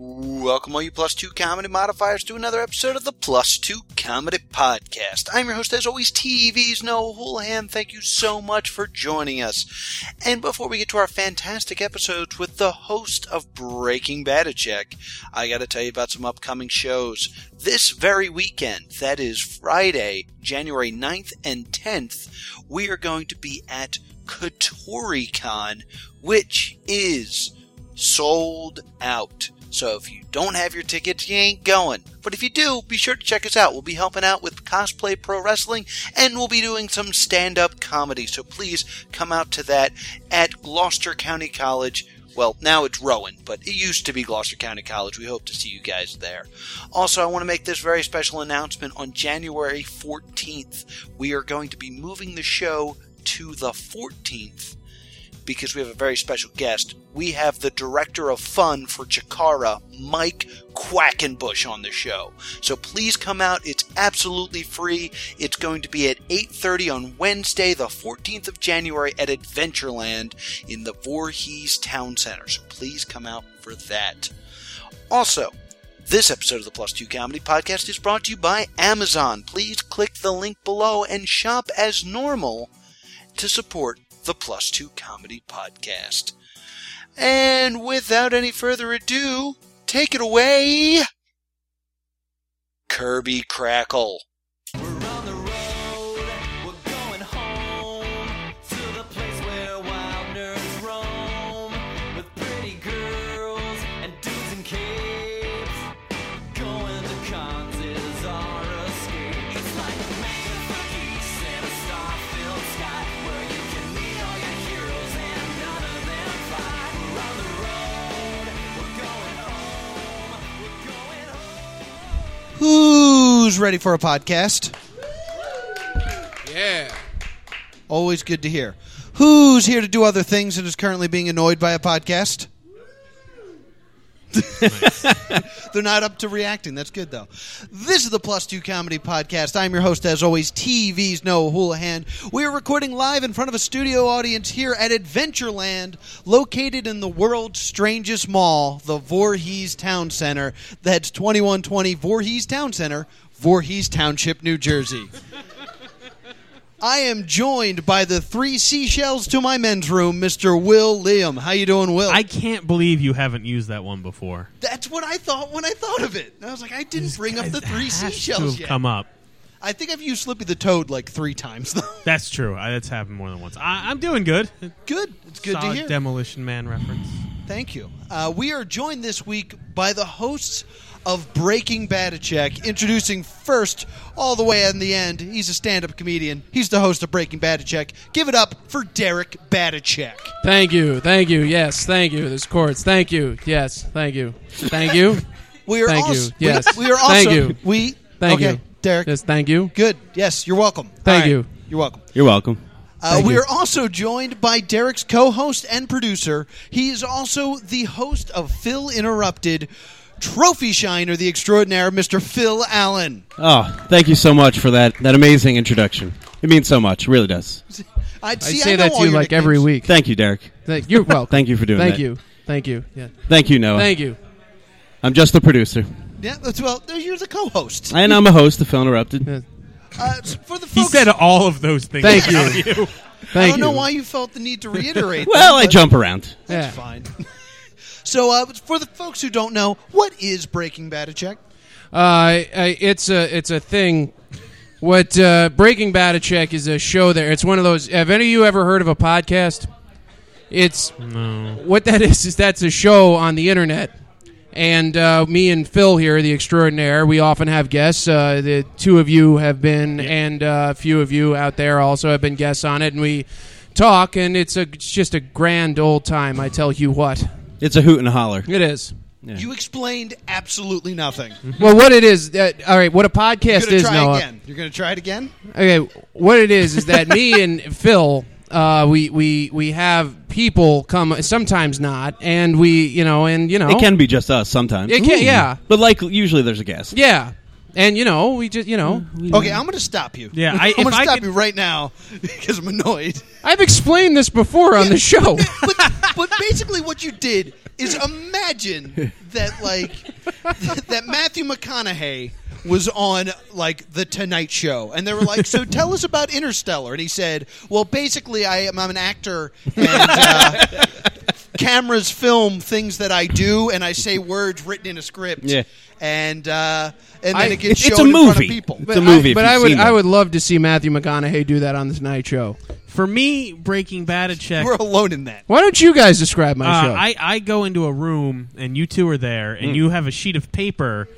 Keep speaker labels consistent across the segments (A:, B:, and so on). A: Welcome, all you plus two comedy modifiers, to another episode of the Plus Two Comedy Podcast. I'm your host, as always, TV's Noah Houlihan. Thank you so much for joining us. And before we get to our fantastic episodes with the host of Breaking Bad Check, I got to tell you about some upcoming shows. This very weekend, that is Friday, January 9th and 10th, we are going to be at KatoriCon, which is sold out. So if you don't have your tickets, you ain't going. But if you do, be sure to check us out. We'll be helping out with cosplay pro wrestling and we'll be doing some stand up comedy. So please come out to that at Gloucester County College. Well, now it's Rowan, but it used to be Gloucester County College. We hope to see you guys there. Also, I want to make this very special announcement. On January 14th, we are going to be moving the show to the 14th because we have a very special guest. We have the director of fun for Chikara, Mike Quackenbush, on the show. So please come out. It's absolutely free. It's going to be at 8:30 on Wednesday, the 14th of January, at Adventureland in the Voorhees Town Center. So please come out for that. Also, this episode of the Plus Two Comedy Podcast is brought to you by Amazon. Please click the link below and shop as normal to support the Plus Two Comedy Podcast. And without any further ado, take it away, Kirby Crackle.
B: We're on the road, we're going home to the place where wild nerds roam with pretty girls and dudes in capes. Going to cons is our escape. It's like magnified geeks in a star-filled sky where you can meet all your heroes and none of them fly. We're on the road, we're going home, we're going home.
C: Who's ready for a podcast?
D: Yeah.
C: Always good to hear. Who's here to do other things and is currently being annoyed by a podcast? They're not up to reacting. That's good, though. This is the Plus Two Comedy Podcast. I'm your host, as always, TV's Noah Houlihan. We are recording live in front of a studio audience here at Adventureland, located in the world's strangest mall, the Voorhees Town Center. That's 2120 Voorhees Town Center, Voorhees Township, New Jersey. I am joined by the three seashells to my men's room, Mr. Will Liam. How you doing, Will?
E: I can't believe you haven't used that one before.
C: That's what I thought when I thought of it. And I was like, I didn't bring up the three
E: Has to
C: seashells
E: have
C: yet.
E: Come up.
C: I think I've used Slippy the Toad like three times though.
E: That's true. I, that's happened more than once. I, I'm doing good.
C: good. It's good
E: Solid
C: to hear.
E: Demolition Man reference.
C: Thank you. Uh, we are joined this week by the hosts of Breaking Bad Check, introducing first, all the way in the end. He's a stand-up comedian. He's the host of Breaking Bad Check. Give it up for Derek Badachek.
D: Thank you. Thank you. Yes. Thank you. There's chords. Thank you. Yes. Thank you. Thank you.
C: We are
D: Thank you.
C: also, we-
D: Yes.
C: We, are also.
D: Thank you.
C: We
D: Thank
C: okay,
D: you.
C: Derek.
D: Yes. Thank you.
C: Good. Yes, you're welcome.
D: Thank
C: All right.
D: you.
C: You're welcome.
F: You're welcome.
C: Uh,
D: Thank
C: we
D: you.
C: are also joined by Derek's co-host and producer. He is also the host of Phil Interrupted, Trophy Shiner, the extraordinaire Mr. Phil Allen.
F: Oh, thank you so much for that that amazing introduction. It means so much. It really does.
C: I'd
D: I
C: see,
D: say
C: know
D: that
C: all
D: to you
C: your
D: like every
C: nicknames.
D: week.
F: Thank you, Derek.
D: Thank you. Well,
F: Thank you for doing
D: Thank
F: that.
D: you. Thank you. Yeah.
F: Thank you, Noah.
D: Thank you.
F: I'm just the producer.
C: Yeah, that's, well, you're the co-host.
F: And I'm a host of Phil Interrupted.
D: Yeah.
C: Uh, for the folks,
E: He said "Oh, all of those things.
D: Thank you.
E: about
D: Thank
C: I don't
D: you.
C: know why you felt the need to reiterate.
F: Well, I
C: that, but
F: jump around.
D: Yeah.
C: That's fine. so, uh, for the folks who don't know, what is Breaking Bad Check?
D: Uh, I, I, it's a it's a thing. What uh, Breaking Batacek is a show there. It's one of those. Have any of you ever heard of a podcast? It's
E: No.
D: what that is is that's a show on the internet and uh, me and phil here the extraordinaire we often have guests uh, the two of you have been and uh, a few of you out there also have been guests on it and we talk and it's a it's just a grand old time i tell you what
F: It's a hoot and a holler.
D: it is
C: You explained absolutely nothing.
E: Mm-hmm.
D: well what it is that, all right what a
C: You're
D: podcast
C: gonna
D: is
C: try
E: uh,
D: Noah.
C: again. You're gonna try it again.
D: Okay, what it is is that me and Phil, uh, we we we have people come sometimes not, and we you know and you know
F: It can be just us sometimes.
D: It can- yeah.
F: But like usually there's a guest.
D: Yeah. And you know, we just you know,
C: Okay, I'm going to stop you.
E: Mm-hmm. Yeah, I-
C: I, am
E: if
C: going to
E: I
C: stop
E: could-
C: you right now because I'm annoyed.
D: I've explained this before on the show.
C: But, but basically, what you did is imagine that like that Matthew McConaughey was on like the Tonight Show, and they were like, "So tell us about Interstellar," and he said, "Well, basically, I am I'm an actor and." Uh, Cameras film things that I do, and I say words written in a script,
F: Yeah.
C: and uh, and then
D: I-
C: it gets
F: it's
C: shown
F: a
C: in front of
F: movie.
C: people.
F: It's a movie,
D: I,
F: if
D: but
F: you've
D: I would
F: seen
D: I
F: it.
D: would love to see Matthew McConaughey do that on this night show.
E: For me, Breaking Bad a check.
C: We're alone in that.
D: Why don't you guys describe my
E: Uh,
D: show? Mm.
E: I, I go into a room and you two are there and you have a sheet of paper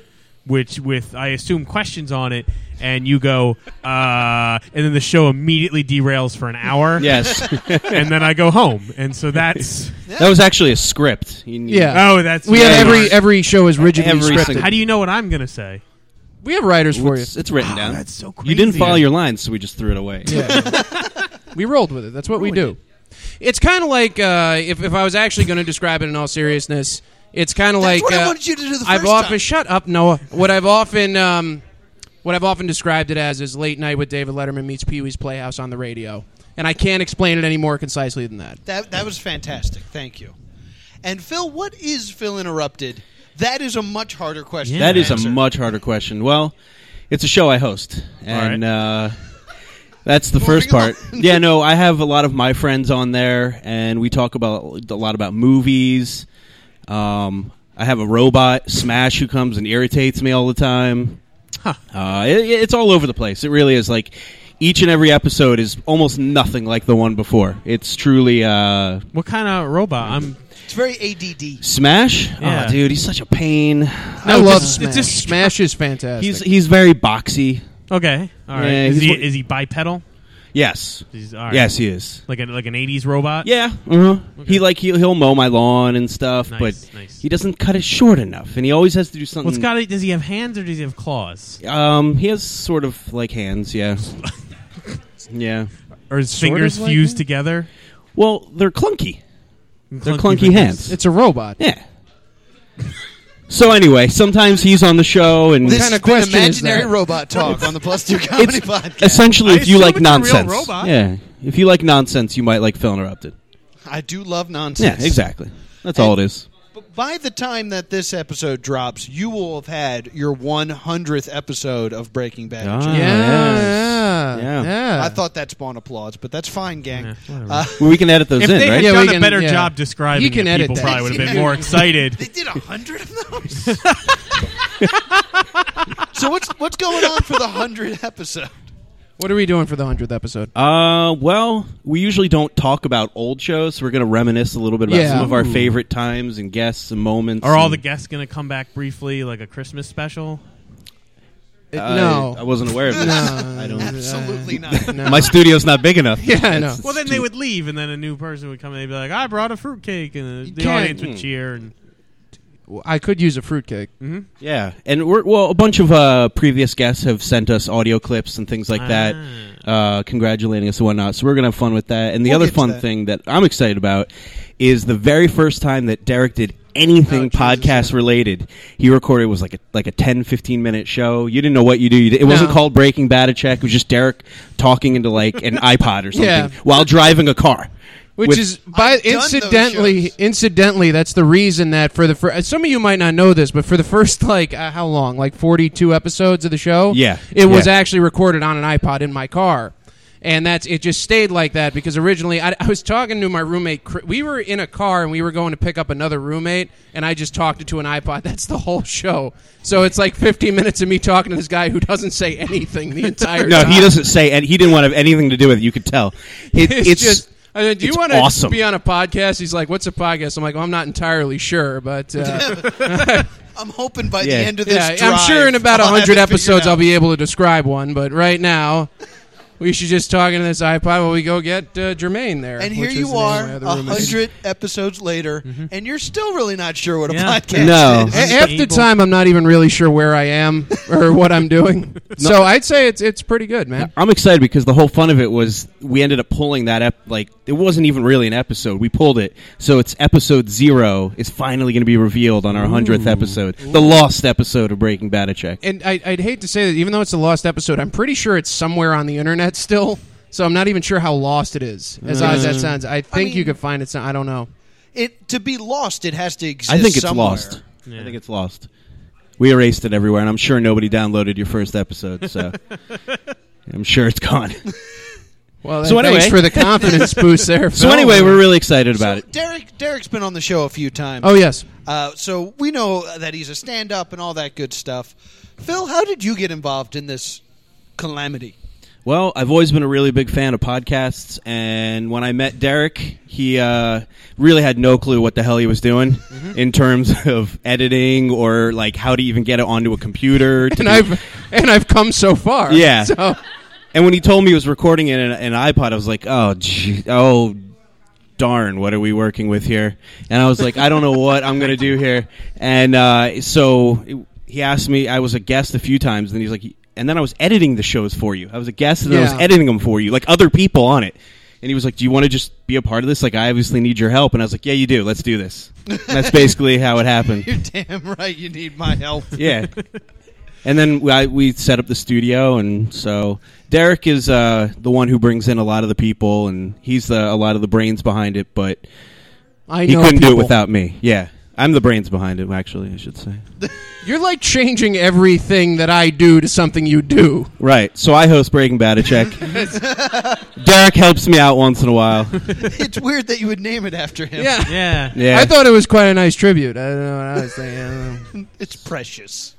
E: which with I assume questions on it and you go uh, and then the show immediately derails for an hour
F: Yes,
E: and then I go home and so that's
F: that was actually a script. You need-
D: yeah.
E: oh that's
D: we have
F: Yeah,
D: every
F: yeah.
D: every show is rigidly
F: Every
D: scripted.
F: single-
E: how do you know what I'm gonna say
D: we have writers for you.
F: it's, it's written down.
E: that's so
F: You didn't
E: crazy.
F: follow your lines, so we just threw it away.
D: Yeah. we rolled with it. That's what we do. It's kind of like uh, if if I was actually going to describe it in all seriousness, it's kind of like
C: what I
D: uh,
C: wanted you to do the
D: I've
C: first
D: often
C: time.
D: shut up, Noah. What I've often um, what I've often described it as is late night with David Letterman meets Pee Wee's Playhouse on the radio, and I can't explain it any more concisely than that.
C: That that was fantastic. Thank you. And Phil, what is Phil interrupted? That is a much harder question.
F: That
C: to
F: is a
C: answer.
F: much harder question. Well, it's a show I host, and uh, that's the first
C: Moving
F: part. yeah, no, I have a lot of my friends on there, and we talk about a lot about movies. Um, I have a robot Smash who comes and irritates me all the time. Uh, it, it's all over the place. It really is. Like each and every episode is almost nothing like the one before. It's truly. Uh,
E: what kind of robot I'm
C: It's very ADD.
F: Smash,
E: Yeah.
F: oh, dude, he's such a pain.
D: I love
E: just-
D: Smash.
E: it's just-
D: Smash is fantastic.
F: He's he's very boxy.
E: okay all right
F: Yeah,
E: is
F: he's
E: he
F: what-
E: is he bipedal
F: Yes,
E: He's- all right.
F: Yes, he is.
E: like a, like an 80s robot
F: Yeah, uh he like he'll, he'll mow my lawn and stuff,
E: Nice,
F: but
E: nice.
F: he doesn't cut it short enough, and he always has to do
E: what's
F: something.
E: got it does he have hands or does he have claws
F: um, he has sort of like hands, yeah, yeah.
E: or his
D: Sort of
E: fingers
D: like
E: fused
D: that?
E: together
F: Well, they're clunky. They're clunky,
E: fingers.
F: hands.
D: it's a robot.
F: yeah. So anyway, sometimes he's on the show, and
C: This
D: kind
C: kind
D: of
C: of been
D: question is
C: imaginary
D: that?
C: robot talk on the Plus Two Comedy Podcast.
F: essentially,
E: I
F: if you
E: assume
F: like
E: it's a real
F: nonsense,
E: robot.
F: yeah, if you like nonsense, you might like Phil Interrupted.
C: I do love
F: Yeah,
C: nonsense.
F: exactly. That's all it is.
C: But by the time that this episode drops, you will have had your 100th episode of Breaking Bad.
F: Ah.
D: Yeah,
F: yes.
D: yeah,
F: Yeah.
D: Ah.
C: I thought that's spawned applause, but that's fine, gang.
E: Yeah, whatever.
C: uh,
F: Well, we can edit those
E: if
F: in,
E: they
F: right?
E: had
D: Yeah,
E: done
D: we can-
E: a better
D: yeah.
E: job describing
D: You can
E: it,
D: edit
E: people
D: that.
E: probably would have been more excited.
C: they did 100 of those? so what's what's going on for the 100th episode?
D: What are we doing for the hundredth episode?
F: Uh, well, we usually don't talk about old shows. So we're going to reminisce a little bit about
D: Yeah.
F: some of our
D: Ooh.
F: favorite times and guests and moments.
E: Are all
F: and-
E: the guests going to come back briefly, like a Christmas special?
F: I-
D: no. Uh,
F: I wasn't aware of this.
D: No.
F: Uh, I don't.
C: Absolutely not.
D: No.
F: My studio's not big enough.
D: Yeah, I know.
E: Well, then they would leave, and then a new person would come, and they'd be like, "I brought a fruitcake," and the, the
D: can't- Mm.
E: audience would cheer. And
D: I could use a fruitcake.
F: Yeah, and we're well. A bunch of uh, previous guests have sent us audio clips and things like that,
D: Ah.
F: uh, congratulating us and whatnot. So we're gonna have fun with that. And the
C: We'll
F: other
C: get to
F: fun
C: that.
F: thing that I'm excited about is the very first time that Derek did
D: Oh,
F: anything podcast related. He recorded it was like a like a 10, 15 minute show. You didn't know what you do. You did, it wasn't
D: No.
F: called Breaking Bad a check. It was just Derek talking into like an iPod or something
D: Yeah.
F: while driving a car.
D: Which
F: With-
D: is by
C: I've done those
D: incidentally,
C: shows.
D: incidentally, that's the reason that for the fir- some of you might not know this, but for the first like uh, how long, like forty-two episodes of the show,
F: Yeah,
D: it was
F: yeah.
D: actually recorded on an iPod in my car, and that's it. Just stayed like that because originally I, I was talking to my roommate. Chri- We were in a car and we were going to pick up another roommate, and I just talked to an iPod. That's the whole show. So it's like fifteen minutes of me talking to this guy who doesn't say anything the entire
F: no,
D: time.
F: he doesn't say, and he didn't want to have anything to do with it. You could tell. It,
D: it's, just. I mean, do you
F: it's
D: want to
F: awesome.
D: be on a podcast? He's like, "What's a podcast?" I'm like, well, "I'm not entirely sure, but uh,
C: I'm hoping by
F: Yeah.
C: the end of this,
D: yeah, I'm
C: drive,
D: sure in about
C: I'll have it
D: hundred
C: figured
D: episodes
C: out.
D: I'll be able to describe one. But right now, we should just talk into this iPod while we go get uh, Jermaine there.
C: And
D: which
C: here
D: is
C: you
D: the name of
C: are,
D: my other Mm-hmm.
C: a
D: roommate.
C: hundred episodes later, and you're still really not sure what a
E: Yeah.
C: podcast
F: No.
C: is.
D: A- Half the
E: Able-
D: time, I'm not even really sure where I am or what I'm doing. So I'd say it's it's pretty good, man.
F: I'm excited because the whole fun of it was we ended up pulling that up. Like it wasn't even really an episode. We pulled it, so it's episode zero. It's finally going to be revealed on our hundredth episode, the lost episode of Breaking Badacheck.
D: And I, I'd hate to say that, even though it's a lost episode, I'm pretty sure it's somewhere on the internet still. So I'm not even sure how lost it is. As odd as
F: Mm.
D: that sounds, I think you
C: mean-
D: could find it. Some, I don't know.
C: It to be lost, it has to exist.
F: I think it's
C: somewhere.
F: lost. I think it's lost. We erased it everywhere, and I'm sure nobody downloaded your first episode. So I'm sure it's gone.
D: Well,
F: So
D: so thanks
F: anyway-
D: for the confidence boost there.
F: so
D: Phil.
F: anyway, we're really excited about it.
C: Derek Derek's been on the show a few times.
D: oh yes.
C: Uh, so we know that he's a stand up and all that good stuff. Phil, how did you get involved in this calamity?
F: Well, I've always been a really big fan of podcasts, and when I met Derek, he uh, really had no clue what the hell he was doing
D: Mm-hmm.
F: in terms of editing or like how to even get it onto a computer. to
D: And
F: do-
D: I've and I've come so far.
F: Yeah.
D: So
F: and when he told me he was recording it in an iPod, I was like, oh, gee, oh, darn, what are we working with here? And I was like, I don't know what I'm going to do here. And uh, so it- he asked me, I was a guest a few times, and he's like, and then I was editing the shows for you. I was a guest, and I was
D: Yeah.
F: editing them for you, like other people on it. And he was like, "Do you want to just be a part of this? Like, I obviously need your help." And I was like, "Yeah, you do. Let's do this." And that's basically how it happened.
C: You're damn right. You need my help.
F: Yeah. And then we, I, we set up the studio, and so Derek is uh, the one who brings in a lot of the people, and he's the, a lot of the brains behind it. But
D: I
F: he
D: know
F: couldn't do
D: people.
F: it without me. Yeah, I'm the brains behind it. Actually, I should say.
D: You're like changing everything that I do to something you do.
F: Right. So I host Breaking Bad Check. Derek helps me out once in a while.
C: it's weird that you would name it after him.
D: Yeah.
E: Yeah.
F: Yeah.
D: I thought it was quite a nice tribute. I don't know what I was thinking. I don't know.
C: It's precious.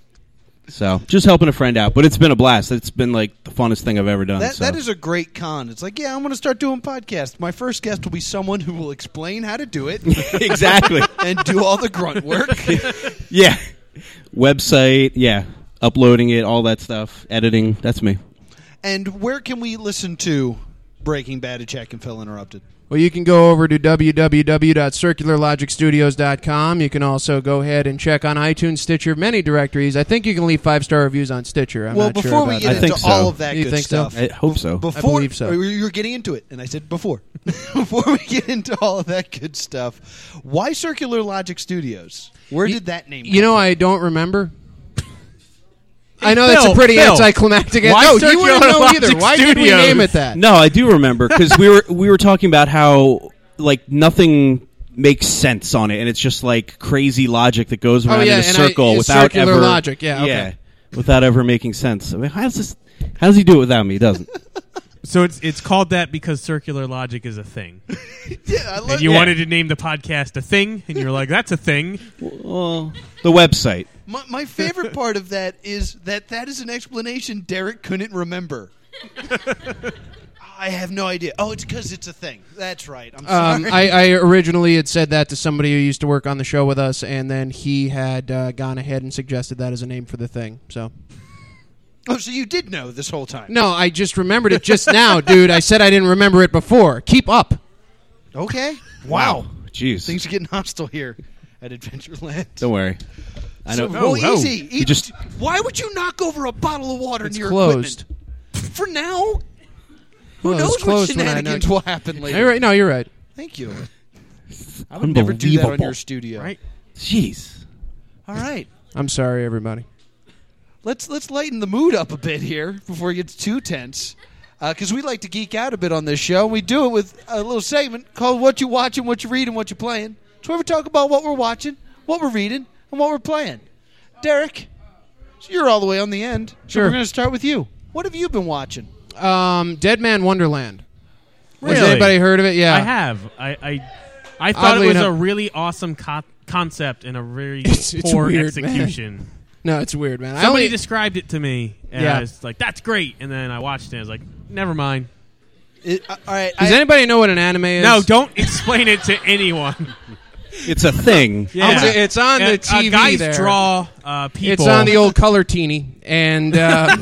F: so just helping a friend out, but it's been a blast. It's been like the funnest thing I've ever done.
C: That,
F: so.
C: that is a great con. It's like, yeah, I'm going to start doing podcasts. My first guest will be someone who will explain how to do it
F: exactly.
C: and do all the grunt work.
F: Yeah. Website. Yeah. Uploading it, all that stuff, editing. That's me.
C: and where can we listen to Breaking Bad and Check and Phil Interrupted?
D: Well, you can go over to www.circularlogicstudios.com. You can also go ahead and check on iTunes, Stitcher, many directories. I think you can leave five star reviews on Stitcher. I'm
C: well,
D: not sure
C: before we
D: about
C: get
F: I
D: that.
C: into
F: think so.
C: all of that
D: You
C: good
D: think so?
C: stuff,
F: I hope so.
C: before
D: believe so.
C: or you were getting into it, and I said before. before we get into all of that good stuff, why Circular Logic Studios? Where did that name?
D: you
C: come
D: know,
C: from?
D: I don't remember. I know
E: Hey,
D: that's a
E: Phil,
D: pretty
E: Phil.
D: anticlimactic.
E: Why
D: no, you
E: Circular
D: wouldn't know
E: Logic
D: either. Why did we
E: Studios?
D: name it that?
F: No, I do remember because we were we were talking about how like nothing makes sense on it, and it's just like crazy logic that goes around
D: Oh, yeah,
F: in a
D: and I-
F: circle
D: it's
F: without
D: circular
F: ever
D: logic, yeah, okay.
F: without ever making sense. I mean, how does this? How does he do it without me? He doesn't.
E: So it's it's called that because circular logic is a thing.
C: Yeah, I love
E: And you
F: Yeah.
E: wanted to name the podcast a thing, and you're like, that's a thing.
F: well, the website.
C: My, my favorite part of that is that that is an explanation Derek couldn't remember. I have no idea. Oh, it's because it's a thing. That's right. I'm
D: Um,
C: sorry.
D: I, I originally had said that to somebody who used to work on the show with us, and then he had uh, gone ahead and suggested that as a name for the thing. So
C: oh, so you did know this whole time.
D: no, I just remembered it just now, dude. I said I didn't remember it before. Keep up.
C: Okay. Wow.
F: Jeez.
C: Things are getting hostile here at Adventureland.
F: Don't worry. I know.
C: Well,
E: whoa.
C: easy.
F: You just-
C: Why would you knock over a bottle of water
D: It's
C: in your
D: closed.
C: equipment? For now,
D: Who
C: knows what shenanigans will happen later.
D: You're right. No, you're right.
C: Thank you. I would never do that on your studio.
E: Right?
F: Jeez.
C: All right.
D: I'm sorry, everybody.
C: let's let's lighten the mood up a bit here before it gets too tense, because we like to geek out a bit on this show. We do it with a little segment called "What You Watching, What You Reading, What You Playing." It's where we talk about what we're watching, what we're reading, and what we're playing. Derek, so you're all the way on the end. So
D: Sure.
C: we're going to start with you. What have you been watching?
D: Um, Dead Man Wonderland. Has
E: Really?
D: anybody heard of it? Yeah.
E: I have. I I, I thought
D: Oddly
E: it was
D: enough-
E: a really awesome co- concept and a very
D: It's- it's
E: poor
D: weird, man.
E: execution.
D: No, it's weird, man. I
E: Somebody
D: only-
E: described it to me, and
D: Yeah.
E: I was like, "That's great," and then I watched it. and I was like, "Never mind."
C: It- uh, all right,
D: does
C: I-
D: anybody know what an anime is?
E: No, don't explain it to anyone.
F: It's a thing.
E: Yeah.
D: It's- it's on the
E: Uh,
D: TV
E: guys
D: there.
E: draw uh, people.
D: It's on the old color teeny, and uh,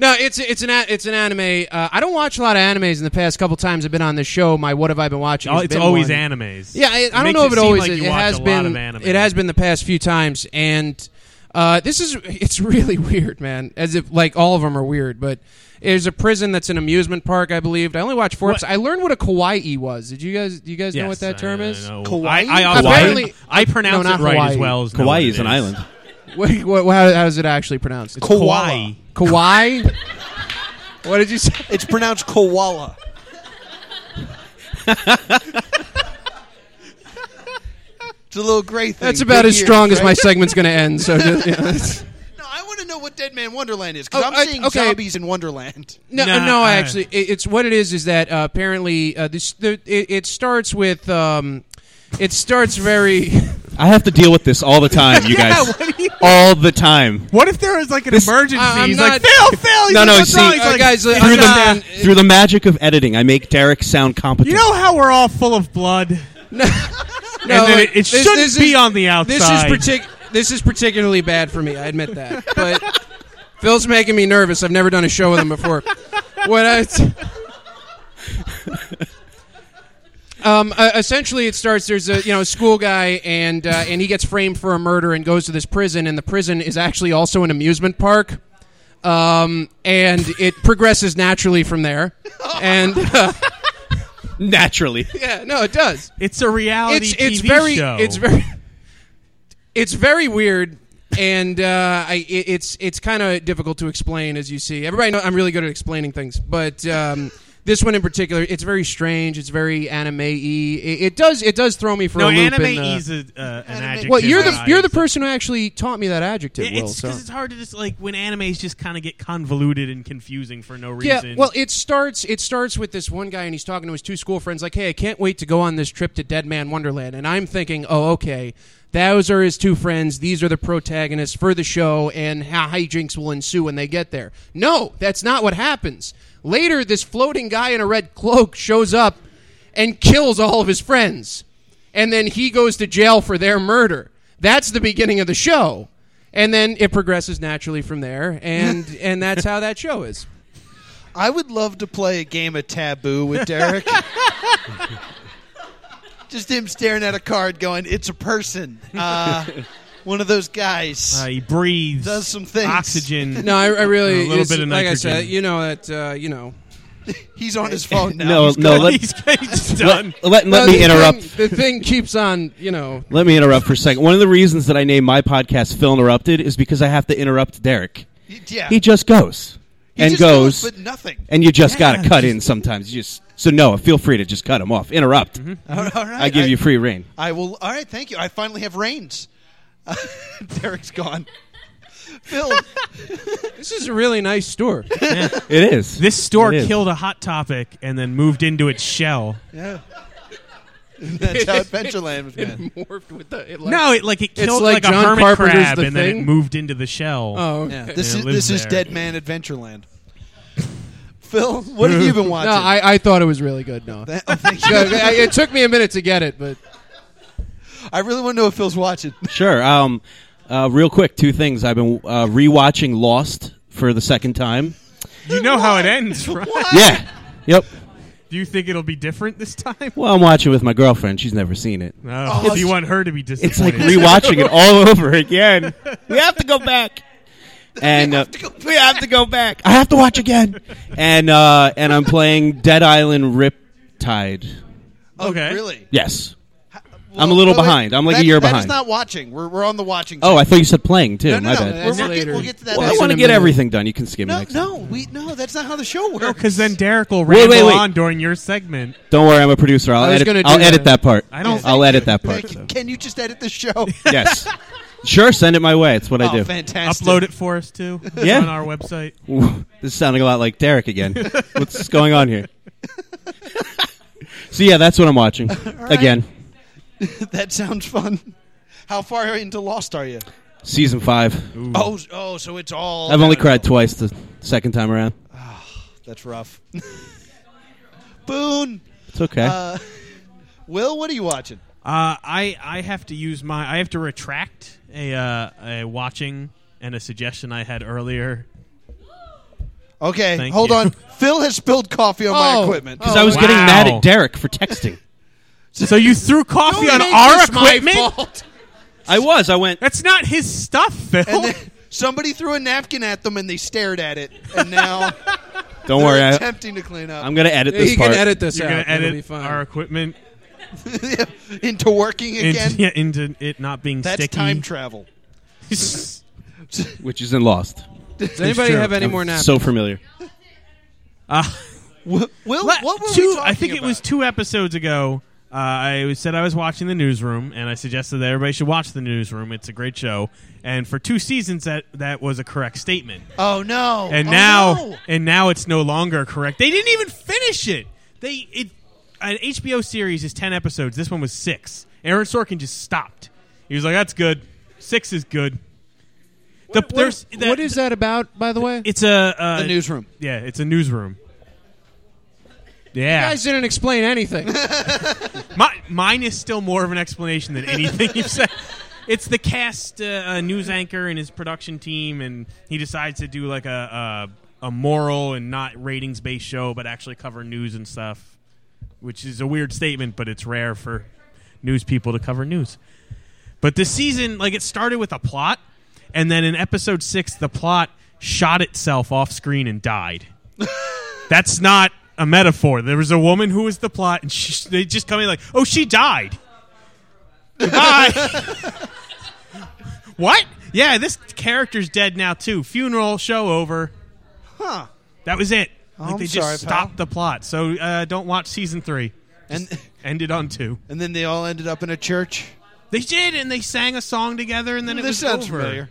D: No, it's it's an a- it's an anime. Uh, I don't watch a lot of animes. In the past couple times I've been on this show, my what have I been watching?
E: Oh,
D: has
E: it's
D: been
E: always
D: one.
E: animes.
D: Yeah, I, I don't
E: makes
D: know
E: it
D: if it
E: seem
D: always
E: like
D: is.
E: you
D: It
E: watch
D: has
E: a lot
D: been.
E: of anime.
D: It has been the past few times, and uh, this is it's really weird, man. As if like all of them are weird, but there's a prison that's an amusement park, I believe. I only watched four.
E: What?
D: episodes. I learned what a kawaii was. Did you guys? Do you guys
E: Yes,
D: know what that
E: I-
D: term
E: I
D: is?
E: know.
A: Kawaii?
E: I, I, also-
D: Apparently-
E: I pronounce
D: No, not
E: it right
D: Hawaii.
E: as well as know what
F: Kauai
E: it
F: is an island.
D: What, what, how, how is it actually pronounced?
E: Kauai.
C: Koala.
D: Kawaii. what did you say?
C: It's pronounced koala. it's a little gray thing.
D: That's about
C: Big
D: as
C: ears,
D: strong as
C: right?
D: my segment's going to end. So just, yeah.
C: No, I want to know what Dead Man Wonderland is because
D: Oh,
C: I'm
D: I-
C: seeing
D: okay.
C: zombies in Wonderland.
D: No,
E: Nah,
D: no,
E: I-
D: actually, it, it's what it is. Is that uh, apparently uh, this? The, it, it starts with. Um, it starts very.
F: I have to deal with this all the time, you guys. all the time.
E: What if there was like an emergency?
D: I- I'm
E: He's like,
D: not-
E: Phil, Phil, he's
F: No, no,
E: like, "What's
F: see,
E: wrong?" He's
D: uh,
E: like,
D: guys, uh,
F: Through
D: I'm
F: the, through the magic of editing, I make Derek sound competent.
E: you know how we're all full of blood, and
D: No,
E: then
D: like,
E: it, it shouldn't be
D: is,
E: on the outside.
D: This is partic- This is particularly bad for me. I admit that, but Phil's making me nervous. I've never done a show with him before. What I. Um, uh, essentially, it starts. There's a you know a school guy, and uh, and he gets framed for a murder, and goes to this prison, and the prison is actually also an amusement park, um, and it progresses naturally from there, and uh,
F: Naturally.
D: yeah, no, it does
E: it's a reality
D: it's it's
E: TV
D: very
E: show.
D: it's very it's very weird and uh, I, it, it's it's kind of difficult to explain as you see everybody know i'm really good at explaining things but um, this one in particular it's very strange it's very anime-y it, it does it does throw me for
E: no
D: a loop
E: anime
D: and, uh,
E: is a, uh, an adjective.
D: well you're the
E: that I
D: you're the
E: use.
D: person who actually taught me that adjective
E: It-
D: will
E: It's
D: so
E: because it's hard to just like when animes just kind of get convoluted and confusing for no
D: yeah,
E: reason.
D: well, it starts. It starts with this one guy, and he's talking to his two school friends, like, "Hey, I can't wait to go on this trip to Dead Man Wonderland." And I'm thinking, "Oh, okay, those are his two friends. These are the protagonists for the show, and how hijinks will ensue when they get there." No, that's not what happens. Later, this floating guy in a red cloak shows up and kills all of his friends, and then he goes to jail for their murder. That's the beginning of the show. And then it progresses naturally from there, and and that's how that show is.
C: I would love to play a game of Taboo with Derek. Just him staring at a card, going, "It's a person." Uh, one of those guys.
E: uh, he breathes,
C: Does some things.
E: oxygen.
D: No, I, I really
E: A little
D: it's-
E: bit of
D: like I
E: nitrogen.
D: said, you know that uh, you know.
C: He's on his phone now.
F: No,
C: He's
F: no,
C: going-
F: let-
E: he's, he's
F: Let,
E: done.
F: let, let
D: No,
F: me
D: the
F: interrupt.
D: Thing, the thing keeps on, you know.
F: Let me interrupt for a second. One of the reasons that I named my podcast Phil Interrupted is because I have to interrupt Derek.
C: yeah,
F: He just goes
C: He
F: and
C: just
F: goes,
C: but nothing.
F: and you just got to cut in sometimes. You just so no, feel free to just cut him off. Interrupt.
C: All right, all right.
F: I give you free reign.
C: I will. All right, thank you. I finally have reins. Derek's gone. Phil,
D: This is a really nice store.
F: It is.
E: This store
F: It is.
E: killed a hot topic and then moved into its shell.
C: yeah. That's how Adventureland was.
D: it
C: Man.
D: morphed with the it like,
E: No, it like it killed
D: like
E: like, a
D: John
E: hermit
D: Carpenter's
E: crab
D: The
E: and then it
D: Thing.
E: moved into the shell.
D: Oh, okay.
C: Yeah, this
E: Yeah,
C: is
E: it lives
C: this is
E: there.
C: Dead Man Adventureland. Phil, what have you been
D: no,
C: watching?
D: I, I thought it was really good. No,
C: That- oh, thank you.
D: Yeah, I- it took me a minute to get it, but
C: I really want to know if Phil's watching.
F: Sure. Um, uh, real quick, two things. I've been uh, rewatching Lost for the second time.
E: you know how it ends, right?
F: Yeah. Yep.
E: Do you think it'll be different this time?
F: Well, I'm watching with my girlfriend. She's never seen it.
E: No.
C: Oh,
E: do you
C: it's-
E: want her to be
F: It's like
E: disappointed?
F: rewatching it all over again. We have to go back. And uh, we have to go back. I have to watch again. And uh, and I'm playing Dead Island Riptide.
E: Okay.
C: Oh, really?
F: Yes.
C: Well,
F: I'm a little
C: wait, wait.
F: behind. I'm like a
C: That-
F: year
C: that is
F: behind.
C: not watching. We're, we're on the watching.
F: Oh, I
C: side.
F: thought you said playing too.
C: no, no,
F: My
C: no. We're,
F: bad.
D: That's
C: we'll, get,
D: later.
C: we'll get to that.
F: Well, I
D: That's
C: later.
F: want
D: in
F: to
D: a
F: get
D: minute.
F: everything done. You can skip me
C: no,
F: next.
C: no, we no. That's not how the show works.
E: Because then Derek will
F: Wait,
E: ramble
F: wait, wait.
E: on during your segment.
F: Don't worry, I'm a producer. I'll
D: was
F: edit.
D: gonna do
F: I'll edit
D: that.
F: that part.
E: I don't
F: I'll edit that
C: Thank
F: part.
C: you. Can you just edit the show?
F: yes. Sure, send it my way. It's what I
C: oh,
F: do.
C: fantastic!
E: Upload it for us too
F: Yeah.
E: on our website.
F: this is sounding a lot like Derek again. What's going on here? so yeah, that's what I'm watching again.
C: that sounds fun. How far into Lost are you?
F: Season five.
C: Oh, s- oh, so it's all.
F: I've only cried twice the second time around.
C: That's rough. Boone,
F: It's okay.
C: uh, Will, what are you watching?
E: Uh, I I have to use my I have to retract a uh, a watching and a suggestion I had earlier.
C: Okay,
E: Thank
C: hold
E: you.
C: on. Phil has spilled coffee on my
D: Oh.
C: equipment.
F: Because I was
E: Oh,
F: getting
E: wow.
F: mad at Derek for texting.
E: So you threw coffee on
D: Don't make
E: our
D: this my
E: equipment?
D: fault.
F: I was. I went.
E: That's not his stuff, Phil.
C: And then somebody threw a napkin at them and they stared at it. And now
F: Don't worry.
C: they're
F: I,
C: attempting to clean up
F: I'm going to edit
D: He
F: this
D: can
F: part.
D: edit this
E: You're
D: out.
E: gonna
D: It'll be
E: edit
D: fine.
E: our equipment
C: into working again.
E: into, yeah, into it not being
C: That's
E: sticky.
C: time travel.
F: which is in Lost.
D: Does anybody
E: true.
D: have any
F: I'm
D: more napkins?
F: So familiar.
E: Uh,
C: Will, Will,
E: Let-
C: what were
E: two,
C: we talking
E: I think it was
C: about?
E: two episodes ago. Uh, I was- said I was watching the newsroom, and I suggested that everybody should watch the newsroom. It's a great show, and for two seasons that that was a correct statement.
C: Oh no!
E: And
C: Oh,
E: now,
C: no.
E: and now it's no longer correct. They didn't even finish it. They it an HBO series is ten episodes. This one was six. Aaron Sorkin just stopped. He was like, "That's good. Six is good." The, there's- the-
D: what is that about, by the way?
E: It's a uh,
C: the newsroom.
E: Yeah, it's a newsroom. Yeah,
D: You guys didn't explain anything.
E: My, mine is still more of an explanation than anything you've said. It's the cast uh, uh, news anchor and his production team, and he decides to do like a a, a moral and not ratings based show, but actually cover news and stuff, which is a weird statement, but it's rare for news people to cover news. But this season, like it started with a plot, and then in episode six, the plot shot itself off screen and died. That's not a metaphor. There was a woman who was the plot, and she, they just come in like, "Oh, she died." Goodbye. what? Yeah, this character's dead now too. Funeral show over.
C: Huh?
E: That was it. Like,
C: I'm
E: they
C: sorry,
E: just stopped the
C: pal.
E: plot. So uh, don't watch season three.
C: And
E: Ended on two.
C: and then they all ended up in a church.
E: They did, and they sang a song together, and then it
C: this
E: was
C: sounds
E: over.
C: familiar.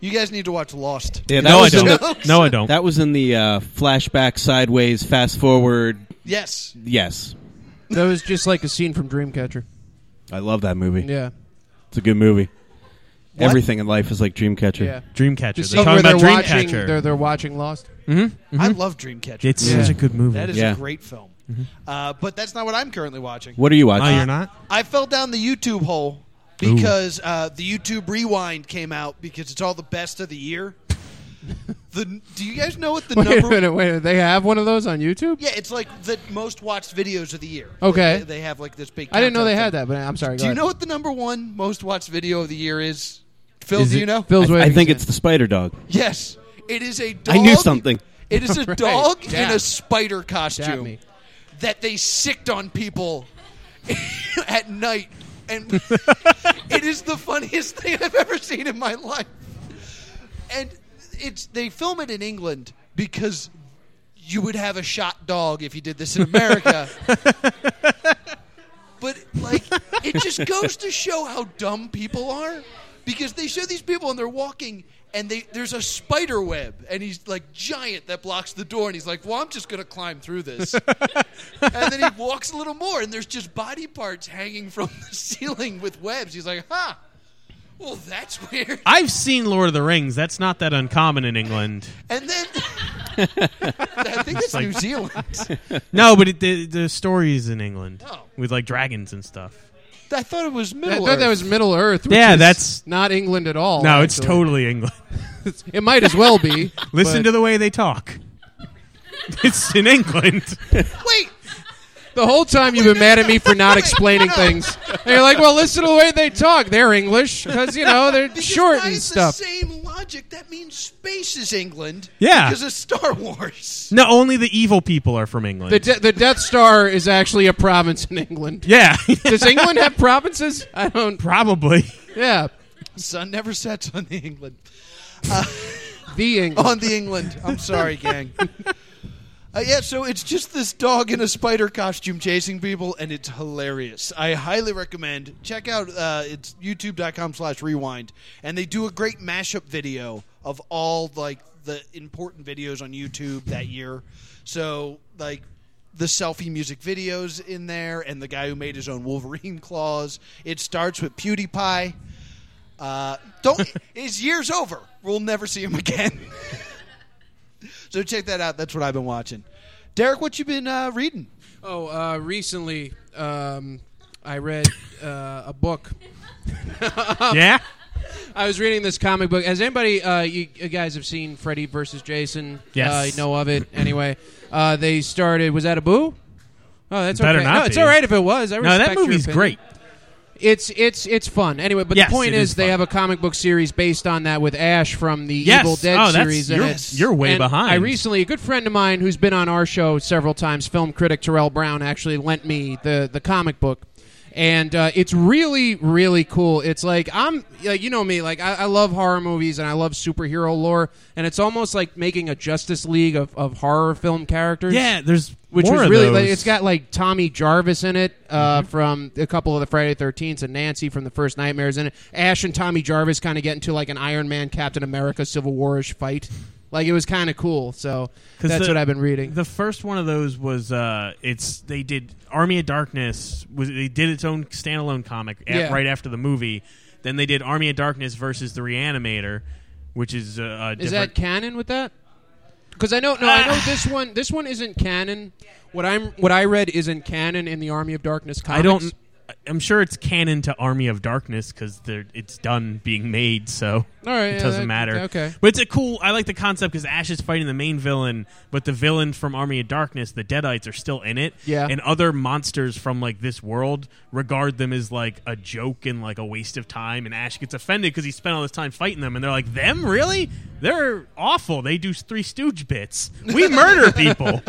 C: You guys need to watch Lost.
F: Yeah, that
E: No, I
F: was in the-
E: don't. No, I don't.
F: That was in the uh, flashback, sideways, fast forward.
C: Yes.
E: Mm-hmm.
F: Yes,
D: that was just like a scene from Dreamcatcher.
F: I love that movie.
D: Yeah,
F: It's a good movie. Everything in life is like Dreamcatcher.
D: yeah.
E: Dreamcatcher.
D: The
E: They're
D: scene
E: talking
D: where they're
E: about
D: watching, they're,
E: Dreamcatcher.
D: they're watching Lost.
C: I love Dreamcatcher.
E: It's
D: Yeah.
E: such a good Mm-hmm. movie.
C: that is
F: Yeah.
C: a great film. Uh, but that's not what I'm currently watching.
F: What are you
E: oh,
F: watching?
E: you're not.
C: I fell down the YouTube hole because uh, the YouTube Rewind came out because it's all the best of the year. the Do you guys know what the
D: Wait a
C: number?
D: minute, wait. a minute. They have one of those on YouTube.
C: Yeah, it's like the most watched videos of the year.
D: Okay.
C: they, they have like this big.
D: I didn't know they
C: countdown
D: had
C: thing.
D: that, but I'm sorry. go
C: Do you
D: ahead.
C: know what the number one most watched video of the year is? Phil,
F: Is
C: do
F: it
C: you know?
F: I,
D: Phil's
F: I
D: waving
F: think
D: his
F: it's the Spider Dog.
C: Yes, it is a dog.
F: I knew something.
C: It is a
D: Right.
C: dog in
D: Dap.
C: a spider
D: hand. Dap
C: costume.
D: me.
C: that they sicked on people at night. And it is the funniest thing I've ever seen in my life. And it's they film it in England because you would have a shot dog if you did this in America. but like it just goes to show how dumb people are because they show these people and they're walking and they there's a spider web and he's like giant that blocks the door and he's like, "Well, I'm just going to climb through this." and then he walks a little more, and there's just body parts hanging from the ceiling with webs. He's like, huh. Well, that's weird.
E: I've seen Lord of the Rings. That's not that uncommon in England.
C: And then I think that's New Zealand.
E: No, but it, the the story is in England
C: Oh.
E: with like dragons and stuff.
C: I thought it was
D: I
C: Middle
D: thought that
C: Earth.
D: was Middle Earth. Which
E: Yeah,
D: is
E: that's-
D: not England at all.
E: No, it's
D: actually.
E: totally England.
D: It might as well be.
E: Listen to the way they talk. It's in England.
C: Wait,
D: The whole time you've been mad at me for not explaining
C: No.
D: things. And you're like, well, listen to the way they talk. They're English because you know they're
C: because
D: short
C: by
D: and
C: the
D: stuff.
C: same logic, that means space is England.
E: Yeah.
C: Because of Star Wars.
E: No, only the evil people are from England.
D: The, de- the Death Star is actually a province in England.
E: yeah,
D: Does England have provinces? I don't.
E: probably.
D: Yeah,
C: Sun never sets on the England.
D: the England.
C: on the England. I'm sorry, gang. Uh, yeah, so it's just this dog in a spider costume chasing people, and it's hilarious. I highly recommend. Check out uh, it's youtube.com slash rewind, and they do a great mashup video of all like the important videos on YouTube that year. So like the selfie music videos in there, and the guy who made his own Wolverine claws. It starts with PewDiePie. Uh, don't his year's over. We'll never see him again. so check that out. That's what I've been watching. Derek, what you been uh, reading?
D: Oh, uh, recently um, I read uh, a book.
E: yeah,
D: I was reading this comic book. Has anybody, uh, you, you guys have seen Freddy versus Jason?
E: Yes.
D: Uh, you know of it. Anyway, uh, they started. Was that a boo? Oh, that's
E: Better
D: okay.
E: not
D: no, it's
E: be.
D: all right if it was. I
E: No, that
D: respect your
E: movie's
D: opinion.
E: great.
D: It's it's it's fun. Anyway, but
E: Yes,
D: the point
E: it
D: is,
E: is
D: they
E: fun.
D: have a comic book series based on that with Ash from the
E: Yes.
D: Evil Dead
E: Oh, that's-
D: series.
E: you're-
D: and it's-
E: you're way
D: and
E: behind.
D: I recently, a good friend of mine who's been on our show several times, film critic Terrell Brown, actually lent me the the comic book. And uh, it's really, really cool. It's like I'm, like, you know me, like I, I love horror movies and I love superhero lore, and it's almost like making a Justice League of, of horror film characters
E: Yeah, there's
D: which
E: more
D: was
E: of
D: really
E: those. Mm-hmm.
D: like, it's got like Tommy Jarvis in it uh, from a couple of the Friday Thirteenth and Nancy from the first Nightmares in it. Ash and Tommy Jarvis kind of get into like an Iron Man Captain America Civil Warish fight. Like it was kind of cool. So
E: 'Cause
D: that's
E: the-
D: what I've been reading.
E: The first one of those was uh, it's they did Army of Darkness was they did its own standalone comic a-
D: Yeah.
E: right after the movie. Then they did Army of Darkness versus the Reanimator, which is uh, a
D: Is
E: different- Ah.
D: that canon with that? Because I know no, I know this one. This one isn't canon. What I'm what I read isn't canon in the Army of Darkness comics.
E: I don't. I'm sure it's canon to Army of Darkness because it's done being made, so
D: All right,
E: it
D: yeah,
E: doesn't
D: that-
E: matter.
D: okay.
E: but it's a cool. I like the concept because Ash is fighting the main villain, but the villain from Army of Darkness, the Deadites, are still in it.
D: Yeah.
E: and other monsters from like this world regard them as like a joke and like a waste of time. And Ash gets offended because he spent all this time fighting them, and they're like, "Them really? They're awful. They do Three Stooge bits. We murder people."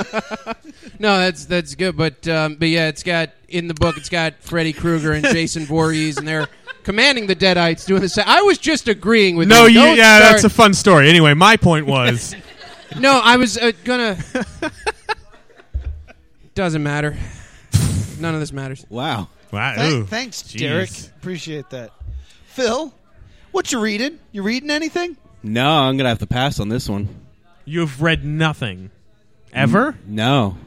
D: No, that's that's good, but um, but yeah, it's got in the book. It's got Freddy Krueger and Jason Voorhees, and they're commanding the Deadites doing the same. I was just agreeing with
E: no,
D: you.
E: you,
D: Don't
E: yeah, that's a
D: start-
E: fun story. Anyway, my point was.
D: no. I was uh, gonna. Doesn't matter. None of this matters.
F: Wow.
E: Wow.
C: Thank-
E: ooh.
C: thanks,
E: Jeez.
C: Derek. Appreciate that. Phil, what you reading? You reading anything?
F: No, I'm gonna have to pass on this one.
E: You've read nothing. Ever?
F: No.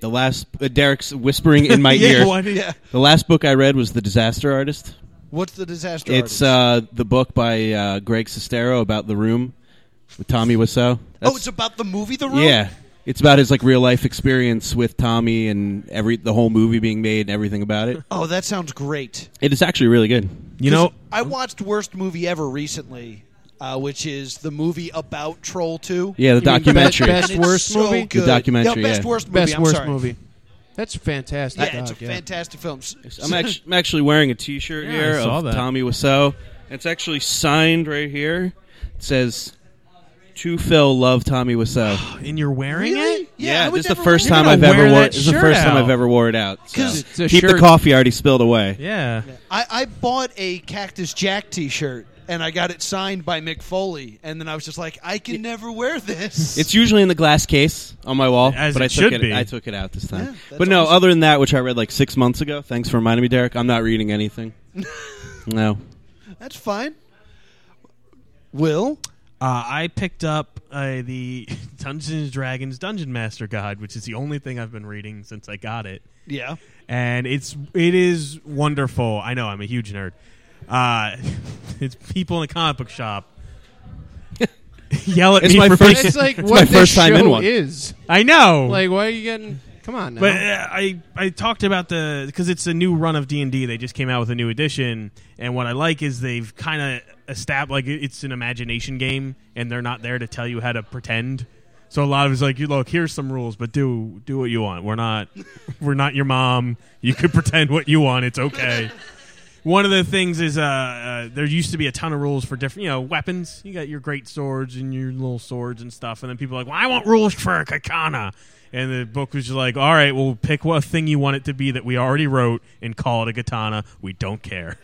F: The last uh, Derek's whispering in my ear.
C: Yeah.
F: The last book I read was The Disaster Artist.
C: What's the disaster?
F: It's
C: artist?
F: uh, the book by uh, Greg Sestero about the room with Tommy Wiseau.
C: oh, it's about the movie The Room.
F: yeah. It's about his like real life experience with Tommy and every the whole movie being made and everything about it.
C: Oh, that sounds great.
F: It is actually really good.
E: You know,
C: I watched worst movie ever recently, uh, which is the movie about Troll Two.
F: Yeah,
D: You
F: the
D: mean
F: documentary.
D: best-
C: And it's
D: worst
C: so
D: movie? The
C: good.
F: documentary,
C: Yeah, best
F: yeah.
C: worst movie.
D: Best
C: I'm
D: worst
C: sorry.
D: movie. That's fantastic. Oh,
C: Yeah, it's a
D: dog, yeah.
C: fantastic film. S-
F: I'm, act- I'm actually wearing a T-shirt
E: Yeah, I
F: here
E: saw
F: of
E: that.
F: Tommy Wiseau. It's actually signed right here. It says, "To Phil, love Tommy Wiseau."
E: and you're wearing
C: Really?
E: it?
C: I would
F: this is the
C: never
F: first
C: wear
F: time
E: gonna
F: I've ever
E: wear
F: wore.
E: that
F: This is the
E: shirt
F: first time
E: out.
F: I've ever wore it out. so.
C: 'Cause
D: It's a
F: keep the
D: shirt-
F: coffee already spilled away.
E: Yeah.
C: I, I bought a Cactus Jack T-shirt and I got it signed by Mick Foley, and then I was just like, I can never wear this.
F: It's usually in the glass case on my wall,
E: As
F: but
E: it
F: I took
E: should
F: it.
E: be.
F: I took it out this time.
C: that's
F: but no,
C: awesome.
F: other than that, which I read like six months ago. Thanks for reminding me, Derek. I'm not reading anything. no,
C: that's fine. Will
E: Uh, I picked up uh, the Dungeons and Dragons Dungeon Master Guide, which is the only thing I've been reading since I got it.
C: yeah.
E: and it's it is wonderful. I know I'm a huge nerd. Uh, it's people in a comic book shop yell at
F: It's
E: me
F: my
E: for
F: first-
E: picking-
D: It's like
F: It's
D: what
F: my
D: this
F: first time
D: show
F: in one.
D: is.
E: I know,
D: Like, why are you getting? Come on now.
E: but uh, I I talked about the because it's a new run of D and D. They just came out with a new edition, and what I like is they've kind of established like it- it's an imagination game, and they're not there to tell you how to pretend. So a lot of it's like, you look, here's some rules, but do do what you want. We're not we're not your mom. You can pretend what you want. It's okay. One of the things is uh, uh, there used to be a ton of rules for different, you know, weapons. You got your great swords and your little swords and stuff, and then people are like, "Well, I want rules for a katana." And the book was just like, "All right, well, pick what thing you want it to be that we already wrote and call it a katana. We don't care."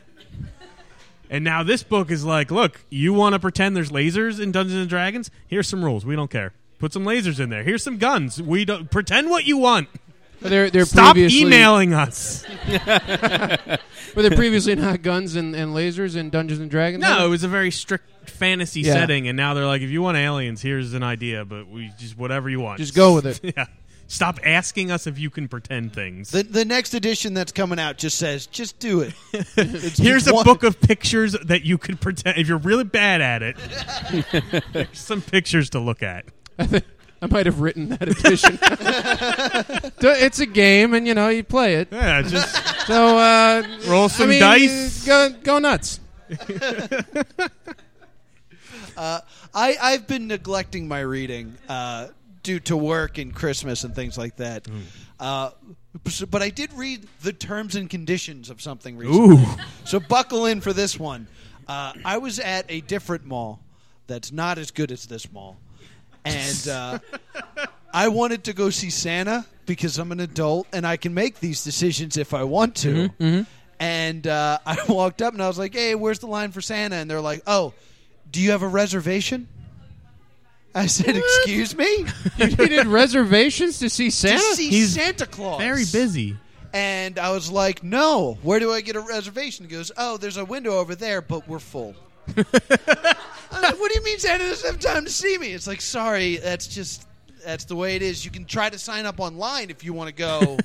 E: and now this book is like, "Look, you want to pretend there's lasers in Dungeons and Dragons? Here's some rules. We don't care. Put some lasers in there. Here's some guns. We don't pretend what you want.
D: they're, they're
E: Stop
D: previously,
E: emailing us."
D: Were there previously not guns and, and lasers in Dungeons and Dragons?
E: No, it was a very strict fantasy
D: Yeah.
E: setting, and now they're like, if you want aliens, here's an idea, but we just whatever you want,
D: Just go with it.
E: yeah, stop asking us if you can pretend things.
C: The the next edition that's coming out just says, just do it. It's
E: here's a
C: one-
E: book of pictures that you could pretend if you're really bad at it. there's some pictures to look at.
D: I might have written that edition. it's a game, and you know you play it.
E: Yeah, just
D: So uh,
E: Roll
D: I
E: some
D: mean,
E: dice.
D: Go, go nuts.
C: I, I've been neglecting my reading uh, due to work and Christmas and things like that. Uh, so- but I did read the terms and conditions of something recently.
E: Ooh.
C: So buckle in for this one. Uh, I was at a different mall that's not as good as this mall. And uh, I wanted to go see Santa because I'm an adult and I can make these decisions if I want to.
E: Mm-hmm,
C: And uh, I walked up and I was like, hey, where's the line for Santa? And they're like, oh, do you have a reservation? I said, excuse me?
D: You needed reservations to see
C: to
D: Santa.
C: see
E: He's
C: Santa Claus.
E: Very busy.
C: And I was like, no, where do I get a reservation? He goes, oh, there's a window over there, but we're full. I'm like, what do you mean Santa doesn't have time to see me? It's like, sorry, that's just, that's the way it is. You can try to sign up online if you want to go,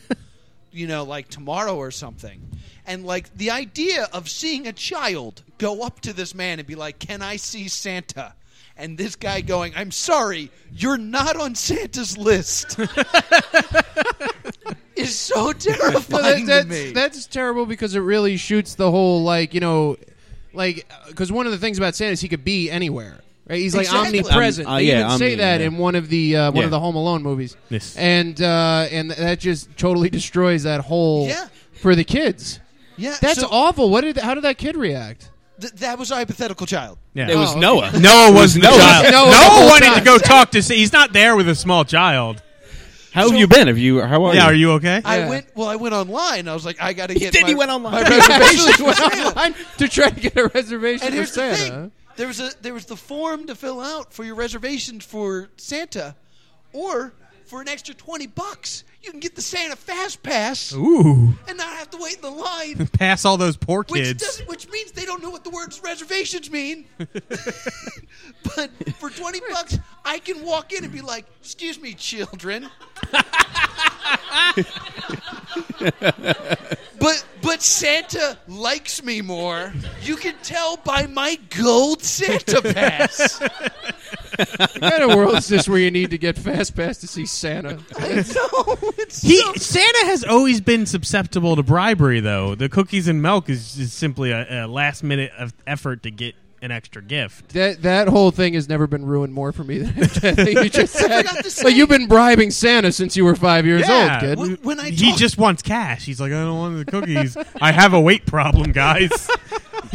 C: you know, like tomorrow or something. And like the idea of seeing a child go up to this man and be like, can I see Santa? And this guy going, I'm sorry, you're not on Santa's list. Is so
D: No,
C: terrifying
D: that,
C: to
D: that's,
C: me.
D: that's terrible because it really shoots the whole like you know, like because one of the things about Santa is he could be anywhere. Right? He's like
C: Exactly.
D: omnipresent.
F: Um, uh,
D: they
F: yeah,
D: even say
F: omni-
D: that
F: yeah.
D: in one of the uh, one
E: Yeah.
D: of the Home Alone movies.
E: Yes.
D: And uh, and that just totally destroys that whole
C: Yeah.
D: for the kids.
C: yeah,
D: That's
C: so-
D: awful. What did how did that kid react?
C: Th- that was a hypothetical child.
E: Yeah.
F: It was
D: okay.
F: Noah.
E: Noah was the
F: Noah.
E: child.
D: Noah
E: Noah,
D: the whole
E: wanted
D: time.
E: to go talk to. He's not there with a small child.
F: How have you been? Have you? How are
E: Yeah,
F: you?
E: are you okay?
C: I
D: Yeah.
C: went well. I went online. I was like, I got to get.
F: did,
C: My,
F: he went online.
C: My
F: He
C: reservation.
D: Went online to try to get a reservation
C: and
D: for
C: here's the
D: Santa.
C: thing: there was a there was the form to fill out for your reservations for Santa, or for an extra twenty bucks, you can get the Santa Fast Pass
E: Ooh,
C: and not have to wait in the line.
E: pass all those poor
C: Which
E: kids.
C: doesn't, which means they don't know what the words reservations mean. but for twenty bucks, I can walk in and be like, "Excuse me, children." but but Santa likes me more. You can tell by my gold Santa pass.
D: What kind of world is this where you need to get fast pass to see Santa?
C: no, it's
E: He
C: so-
E: Santa has always been susceptible to bribery, though. The cookies and milk is, is simply a, a last minute of effort to get an extra gift.
D: That that whole thing has never been ruined more for me than that you just said.
C: forgot to say.
D: Like you've been bribing Santa since you were five years
E: Yeah.
D: old, kid.
C: When- when I
E: he
C: talk-
E: just wants cash. He's like, I don't want the cookies. I have a weight problem, guys.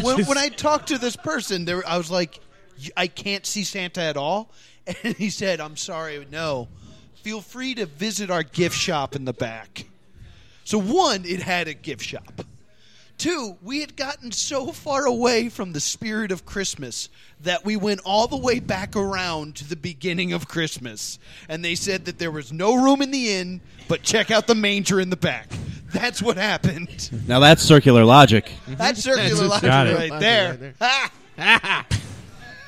C: when, when I talked to this person, there I was like, "Y- I can't see Santa at all, and he said, "I'm sorry, no. Feel free to visit our gift shop in the back." So one, it had a gift shop. Two, we had gotten so far away from the spirit of Christmas that we went all the way back around to the beginning of Christmas. And they said that there was no room in the inn, but check out the manger in the back. That's what happened.
F: Now that's circular logic.
C: That's circular logic
E: Got it.
C: right,
D: Logic
C: there.
D: right there.
C: Ha!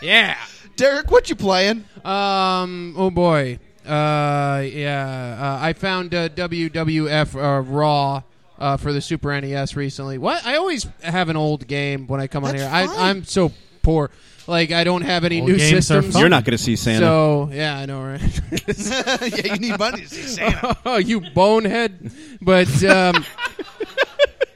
E: yeah.
C: Derek, what you playing?
D: Um. Oh boy. Uh. Yeah. Uh, I found uh, WWF uh, Raw. Uh, for the Super NES recently. What I always have an old game when I come on
C: That's
D: here.
C: fine.
D: I, I'm so poor. Like I don't have any
E: Old
D: new
E: games are
D: systems.
E: fun.
F: You're not going to see Santa.
D: So yeah, I know, right?
C: yeah, you need money to see Santa.
D: oh, you bonehead! But um,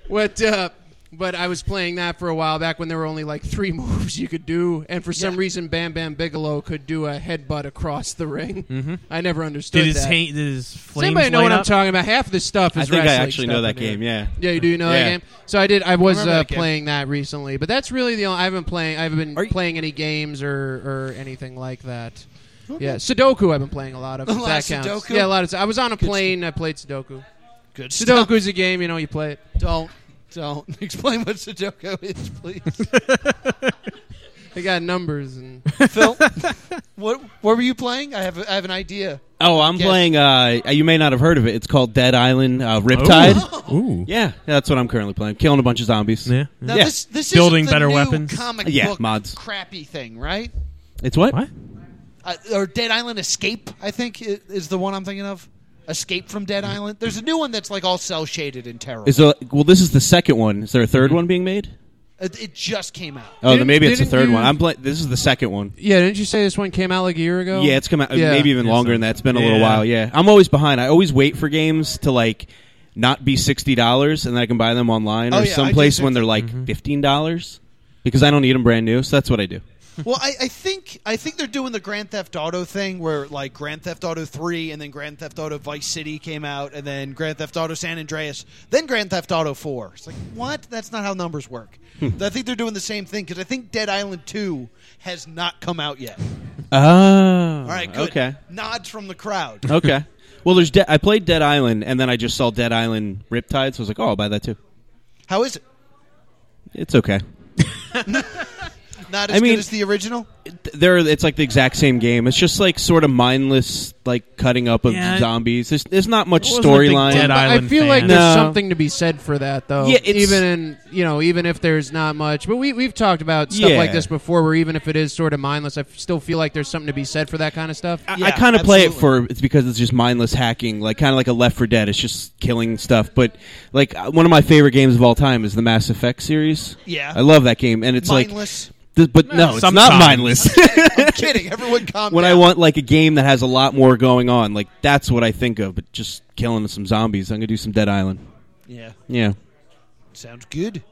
D: what? Uh, but I was playing that for a while back when there were only like three moves you could do, and for some
C: Yeah.
D: reason, Bam Bam Bigelow could do a headbutt across the ring. Mm-hmm. I never understood
E: Did his,
D: that.
E: ha- did his
D: Does
E: flames
D: anybody know
E: light
D: what I'm
E: up?
D: talking about? Half the stuff is
F: I think I
D: wrestling
F: actually know
D: stuff
F: that
D: in here.
F: game. Yeah.
D: Yeah, you do know that
F: Yeah.
D: game. So I did. I was
C: remember
D: uh,
C: that game.
D: playing that recently, but that's really the only. I haven't playing. I haven't been
F: Are you-
D: playing any games or, or anything like that. Yeah, Sudoku. I've been playing a lot of.
C: A
D: if
C: lot
D: that
C: of
D: counts.
C: Sudoku?
D: Yeah, a lot of. I was on a plane. I played Sudoku.
C: Good
D: Sudoku's a game. You know, you play it.
C: Don't don't explain what Sudoku is, please.
D: They got numbers and
C: Phil, what what were you playing? I have a, I have an idea.
F: Oh, I'm
C: Yes.
F: playing. Uh, you may not have heard of it. It's called Dead Island uh, Riptide.
E: Ooh.
F: Yeah, that's what I'm currently playing. Killing a bunch of zombies.
E: Oh. Yeah.
C: Now
F: Yeah.
C: this this
E: Building
C: is the
E: better
C: new
E: weapons.
C: comic
F: Yeah,
C: book
F: mods.
C: crappy thing, right?
F: It's what?
E: What?
C: Uh, or Dead Island Escape, I think i- is the one I'm thinking of. Escape from Dead Island. There's a new one that's like all cell shaded and terrible.
F: Mm-hmm. Is there, well, this is the second one. Is there a 3rd one being made?
C: it, it just came out.
F: Oh,
D: Didn't-
F: then maybe it's the
D: didn't
F: third
D: you-
F: one. I'm pla- This is the second one.
D: yeah. Didn't you say this one came out like a year ago?
F: Yeah, it's come out
D: Oh.
F: uh,
D: Yeah.
F: maybe even longer than that. It's been a little
E: Yeah.
F: while. Yeah, I'm always behind. I always wait for games to like not be sixty dollars, and then I can buy them online
C: Oh,
F: or
C: yeah, I do
F: someplace when
C: too.
F: they're like fifteen dollars because I don't need them brand new. So that's what I do.
C: well, I, I think I think they're doing the Grand Theft Auto thing where like Grand Theft Auto three and then Grand Theft Auto Vice City came out and then Grand Theft Auto San Andreas, then Grand Theft Auto four. It's like what? That's not how numbers work.
F: Hmm.
C: I think they're doing the same thing because I think Dead Island two has not come out yet.
F: Oh,
C: All right, good.
F: okay,
C: Nods from the crowd.
F: okay. Well, there's De- I played Dead Island, and then I just saw Dead Island Riptide, so I was like, oh, I'll buy that too.
C: How is it?
F: It's okay.
C: Not
F: I
C: as
F: mean-
C: good as the original.
F: There, it's like the exact same game. It's just like sort of mindless, like cutting up of
E: Yeah.
F: zombies. There's, there's not much
E: wasn't a big Dead
F: storyline.
E: Island
D: I feel
E: fan.
D: like there's
F: No.
D: something to be said for that, though.
F: Yeah, it's-
D: even in you know, even if there's not much, but we we've talked about stuff
F: Yeah.
D: like this before, where even if it is sort of mindless, I f- still feel like there's something to be said for that kind of stuff.
F: I,
C: Yeah,
F: I kind of play it for
C: absolutely.
F: it's because it's just mindless hacking, like kind of like a Left for Dead. It's just killing stuff. But like uh, one of my favorite games of all time is the Mass Effect series.
C: Yeah.
F: I love that game, and it's
C: Mindless.
F: like, th- but no, it's not
E: sometimes.
F: mindless.
C: I'm kidding. Everyone calm
F: when I
C: down.
F: want like a game that has a lot more going on, like that's what I think of. But just killing some zombies, I'm gonna do some Dead Island.
C: Yeah.
F: Yeah.
C: Sounds good.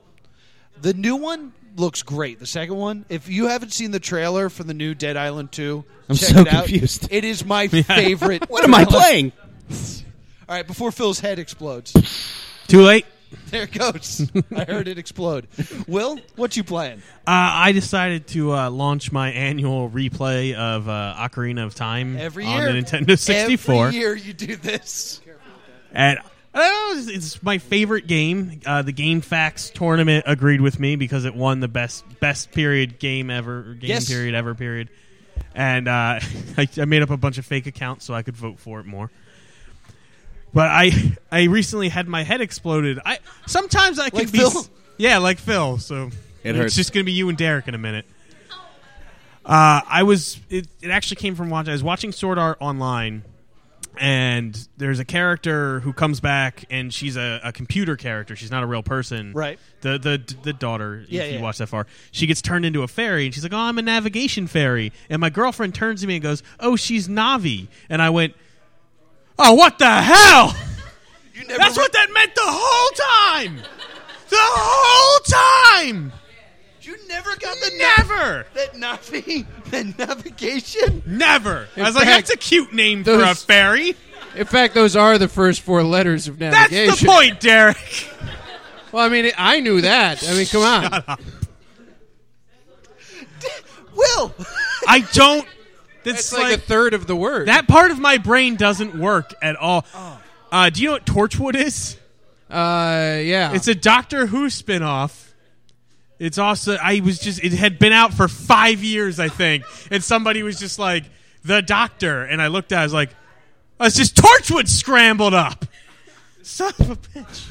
C: The new one looks great. The second one, if you haven't seen the trailer for the new Dead Island 2,
F: I'm
C: check
F: so
C: it out.
F: confused.
C: It is my favorite.
F: What am I
C: trailer.
F: playing?
C: All right, before Phil's head explodes.
E: Too late.
C: There it goes. I heard it explode. Will, what you playing?
E: Uh, I decided to uh, launch my annual replay of uh, Ocarina of Time
C: Every
E: on
C: year.
E: the Nintendo 64.
C: Every year you do this.
E: And I don't know, it's- it's my favorite game. Uh, the Game Facts tournament agreed with me because it won the best best period game ever, or game
C: Yes.
E: period ever period. And uh, I, I made up a bunch of fake accounts so I could vote for it more. But I I recently had my head exploded. I sometimes I can
C: Like
E: be
C: Phil?
E: s- yeah like Phil. So it's
F: It hurts.
E: just gonna be you and Derek in a minute. Uh, I was it, it actually came from watching I was watching Sword Art online and there's a character who comes back and she's a, a computer character she's not a real person
C: Right.
E: the the the daughter
C: Yeah,
E: if
C: yeah.
E: you watch that far she gets turned into a fairy and she's like oh i'm a navigation fairy and my girlfriend turns to me and goes oh she's navi and i went oh what the hell
A: You never
E: that's
A: re-
E: what that meant the whole time the whole time
C: You never got the
E: never
C: that Navi, the navigation.
E: never i
D: In
E: was like
D: fact,
E: that's a cute name for a
D: those-
E: fairy
D: In fact, those are the first four letters of
E: that's
D: navigation.
E: the point derek
D: Well, I mean, I knew that. I mean, come on.
C: Will,
E: i don't
D: It's
E: that's
D: like, a third of the word.
E: That part of my brain doesn't work at all. Uh, do you know what Torchwood is?
D: uh, yeah.
E: It's a Doctor Who spinoff. It's also I was just it had been out for five years, I think, and somebody was just like the Doctor, and I looked at, it, I was like, oh, it's just Torchwood scrambled up. Son of a bitch!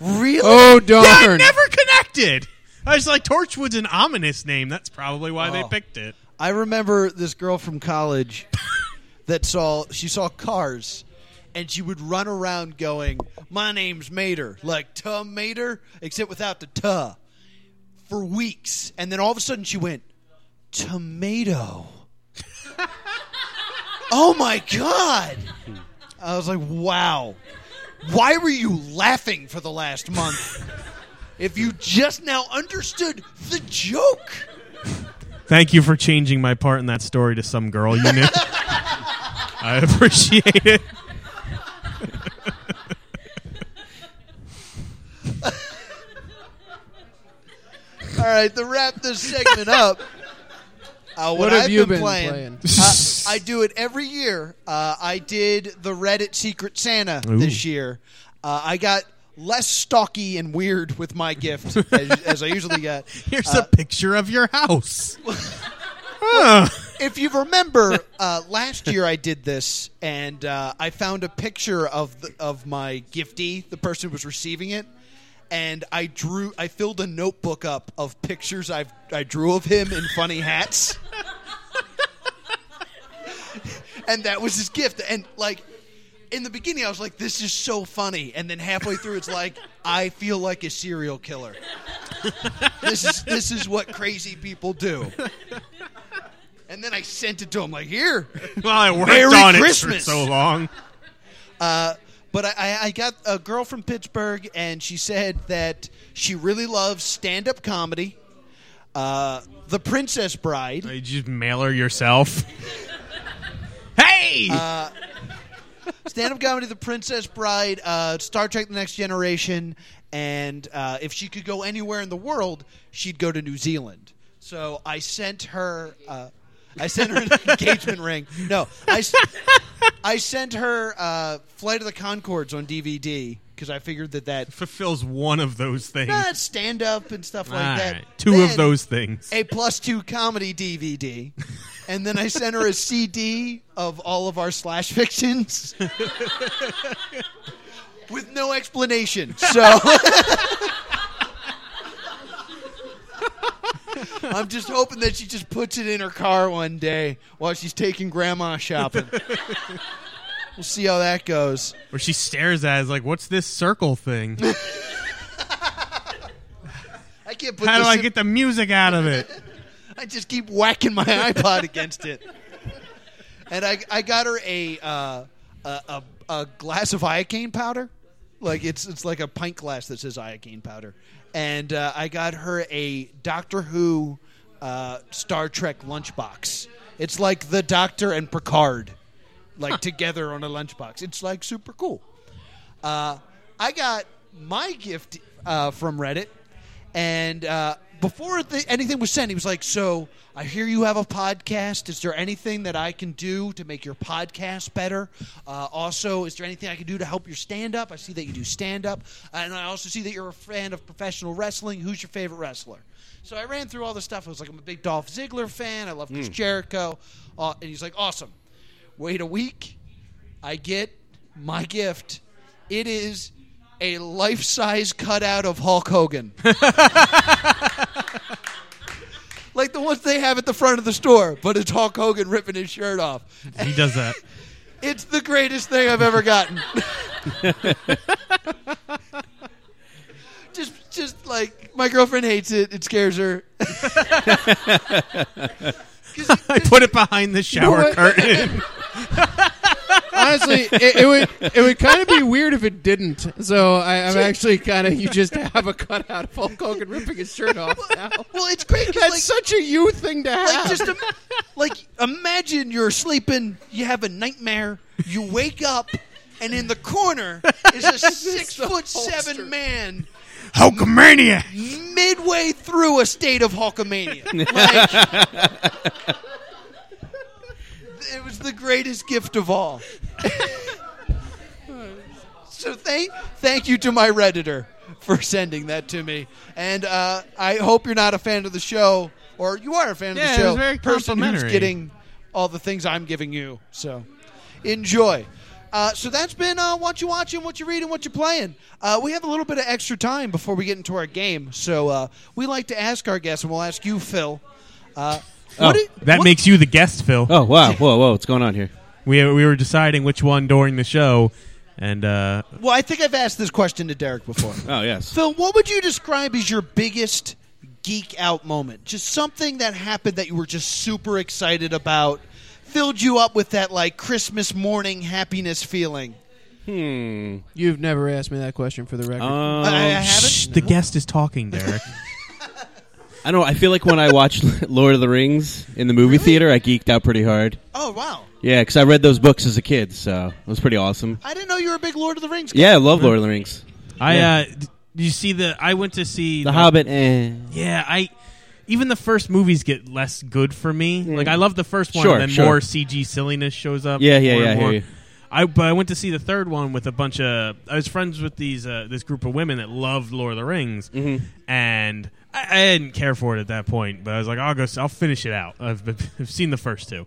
C: really?
D: oh
E: Yeah, I
D: darn.
E: never connected. I was like, Torchwood's an ominous name. That's probably why they
C: Oh.
E: picked it.
C: I remember this girl from college that saw she saw cars and she would run around going, My name's Mater, like Tuh Mater, except without the tuh for weeks. And then all of a sudden she went, Tomato. oh my god. I was like, wow. Why were you laughing for the last month? if you just now understood the joke.
E: Thank you for changing my part in that story to some girl you knew. I appreciate it.
C: All right, to wrap this segment up, uh, what,
D: What have
C: I've
D: you
C: been,
D: been
C: playing,
D: playing?
C: uh, I do it every year. Uh, I did the Reddit Secret Santa this year. Uh, I got less stalky and weird with my gift as, as I usually get.
E: Here's a picture of your house. Huh.
C: If you remember, uh, last year I did this, and uh, I found a picture of the, of my giftee, the person who was receiving it, and I drew. I filled a notebook up of pictures I I drew of him in funny hats, and that was his gift. And like in the beginning, I was like, "This is so funny," and then halfway through, it's like, "I feel like a serial killer." this is this is what crazy people do. And then I sent it to him like, "Here."
E: Well, I worked
C: Merry
E: on
C: Christmas.
E: it for so long.
C: But I- I, I got a girl from Pittsburgh, and she said that she really loves stand up comedy, uh, The Princess Bride.
E: You just mail her yourself. hey!
C: Uh, stand-up comedy, The Princess Bride, uh, Star Trek: The Next Generation, and uh, if she could go anywhere in the world, she'd go to New Zealand. So I sent her, uh, I sent her an engagement ring. No, I, s- I sent her uh, Flight of the Concords on DVD because I figured that that
E: Fulfills one of those things.
C: uh, stand-up and stuff like
E: All
C: that.
E: right. Two
C: Then-
E: of those things.
C: a plus two comedy DVD, and then I sent her a CD of all of our slash fictions with no explanation. So I'm just hoping that she just puts it in her car one day while she's taking grandma shopping. We'll see how that goes.
E: Where she stares at is like, what's this circle thing?
C: I can't put
E: How do
C: this
E: I
C: in-
E: get the music out of it?
C: I just keep whacking my iPod against it. And I, I got her a, uh, a, a a glass of iocane powder, like it's it's like a pint glass that says iocane powder. And uh, I got her a Doctor Who, uh, Star Trek lunchbox. It's like the Doctor and Picard, like together on a lunchbox. It's like super cool. I got my gift uh, from Reddit, and uh, before the, anything was sent, he was like, "So I hear you have a podcast. Is there anything that I can do to make your podcast better? Uh, also, is there anything I can do to help your stand up? I see that you do stand up, and I also see that you're a fan of professional wrestling. Who's your favorite wrestler?" So I ran through all this stuff. I was like, "I'm a big Dolph Ziggler fan. I love Chris Jericho," uh, and he's like, "Awesome." Wait a week. I get my gift. It is a life size cutout of Hulk Hogan. like the ones they have at the front of the store, but it's Hulk Hogan ripping his shirt off.
E: He does that.
C: It's the greatest thing I've ever gotten. just just like my girlfriend hates it, it scares her. 'Cause it-
E: I put it behind the shower
D: what?
E: curtain.
D: Honestly, it, it would it would kind of be weird if it didn't. So I, I'm actually kind of you just have a cutout of Hulk Hogan ripping his shirt off. Now.
C: well, it's great 'cause,
D: That's
C: like,
D: such a you thing to have.
C: like just im- like imagine you're sleeping, you have a nightmare, you wake up, and in the corner is a six foot seven man
E: Hulkamania!
C: midway through a state of Hulkamania. Like, it was the greatest gift of all. so thank thank you to my redditor for sending that to me, and uh, I hope you're not a fan of the show, or you are a fan
E: Yeah,
C: of
E: it
C: the show.
E: was very
C: person who's
E: complimentary.
C: getting all the things I'm giving you. So enjoy. Uh, so that's been uh, what you watching, what you reading, what you playing. Uh, we have a little bit of extra time before we get into our game, so uh, we like to ask our guests, and we'll ask you, Phil. Uh, what do-
E: That
C: what-
E: makes you the guest, Phil.
F: Oh wow! Whoa, whoa! What's going on here?
E: We, we were deciding which one during the show, and uh,
C: Well, I think I've asked this question to Derek before.
F: Oh yes.
C: Phil, what would you describe as your biggest geek out moment? Just something that happened that you were just super excited about, filled you up with that like Christmas morning happiness feeling.
D: You've never asked me that question for the record.
F: Um,
C: I- I haven't.
E: shh, the guest is talking, Derek.
F: I don't. know. I feel like when I watched Lord of the Rings in the movie theater, I geeked out pretty hard.
C: Oh wow!
F: Yeah, because I read those books as a kid, so it was pretty awesome.
C: I didn't know you were a big Lord of the Rings. guy.
F: Yeah, I love Lord of the Rings.
E: I
F: Yeah.
E: uh, d- you see the I went to see
F: The Hobbit, eh.
E: Yeah, I even the first movies get less good for me. Like I love the first one,
F: Sure,
E: and then
F: sure.
E: more CG silliness shows up.
F: Yeah,
E: more
F: yeah,
E: and
F: yeah, I hear
E: more.
F: you.
E: I but I went to see the third one with a bunch of I was friends with these uh, this group of women that loved Lord of the Rings, and I, I didn't care for it at that point. But I was like, I'll go, s- I'll finish it out. I've, been, I've seen the first two,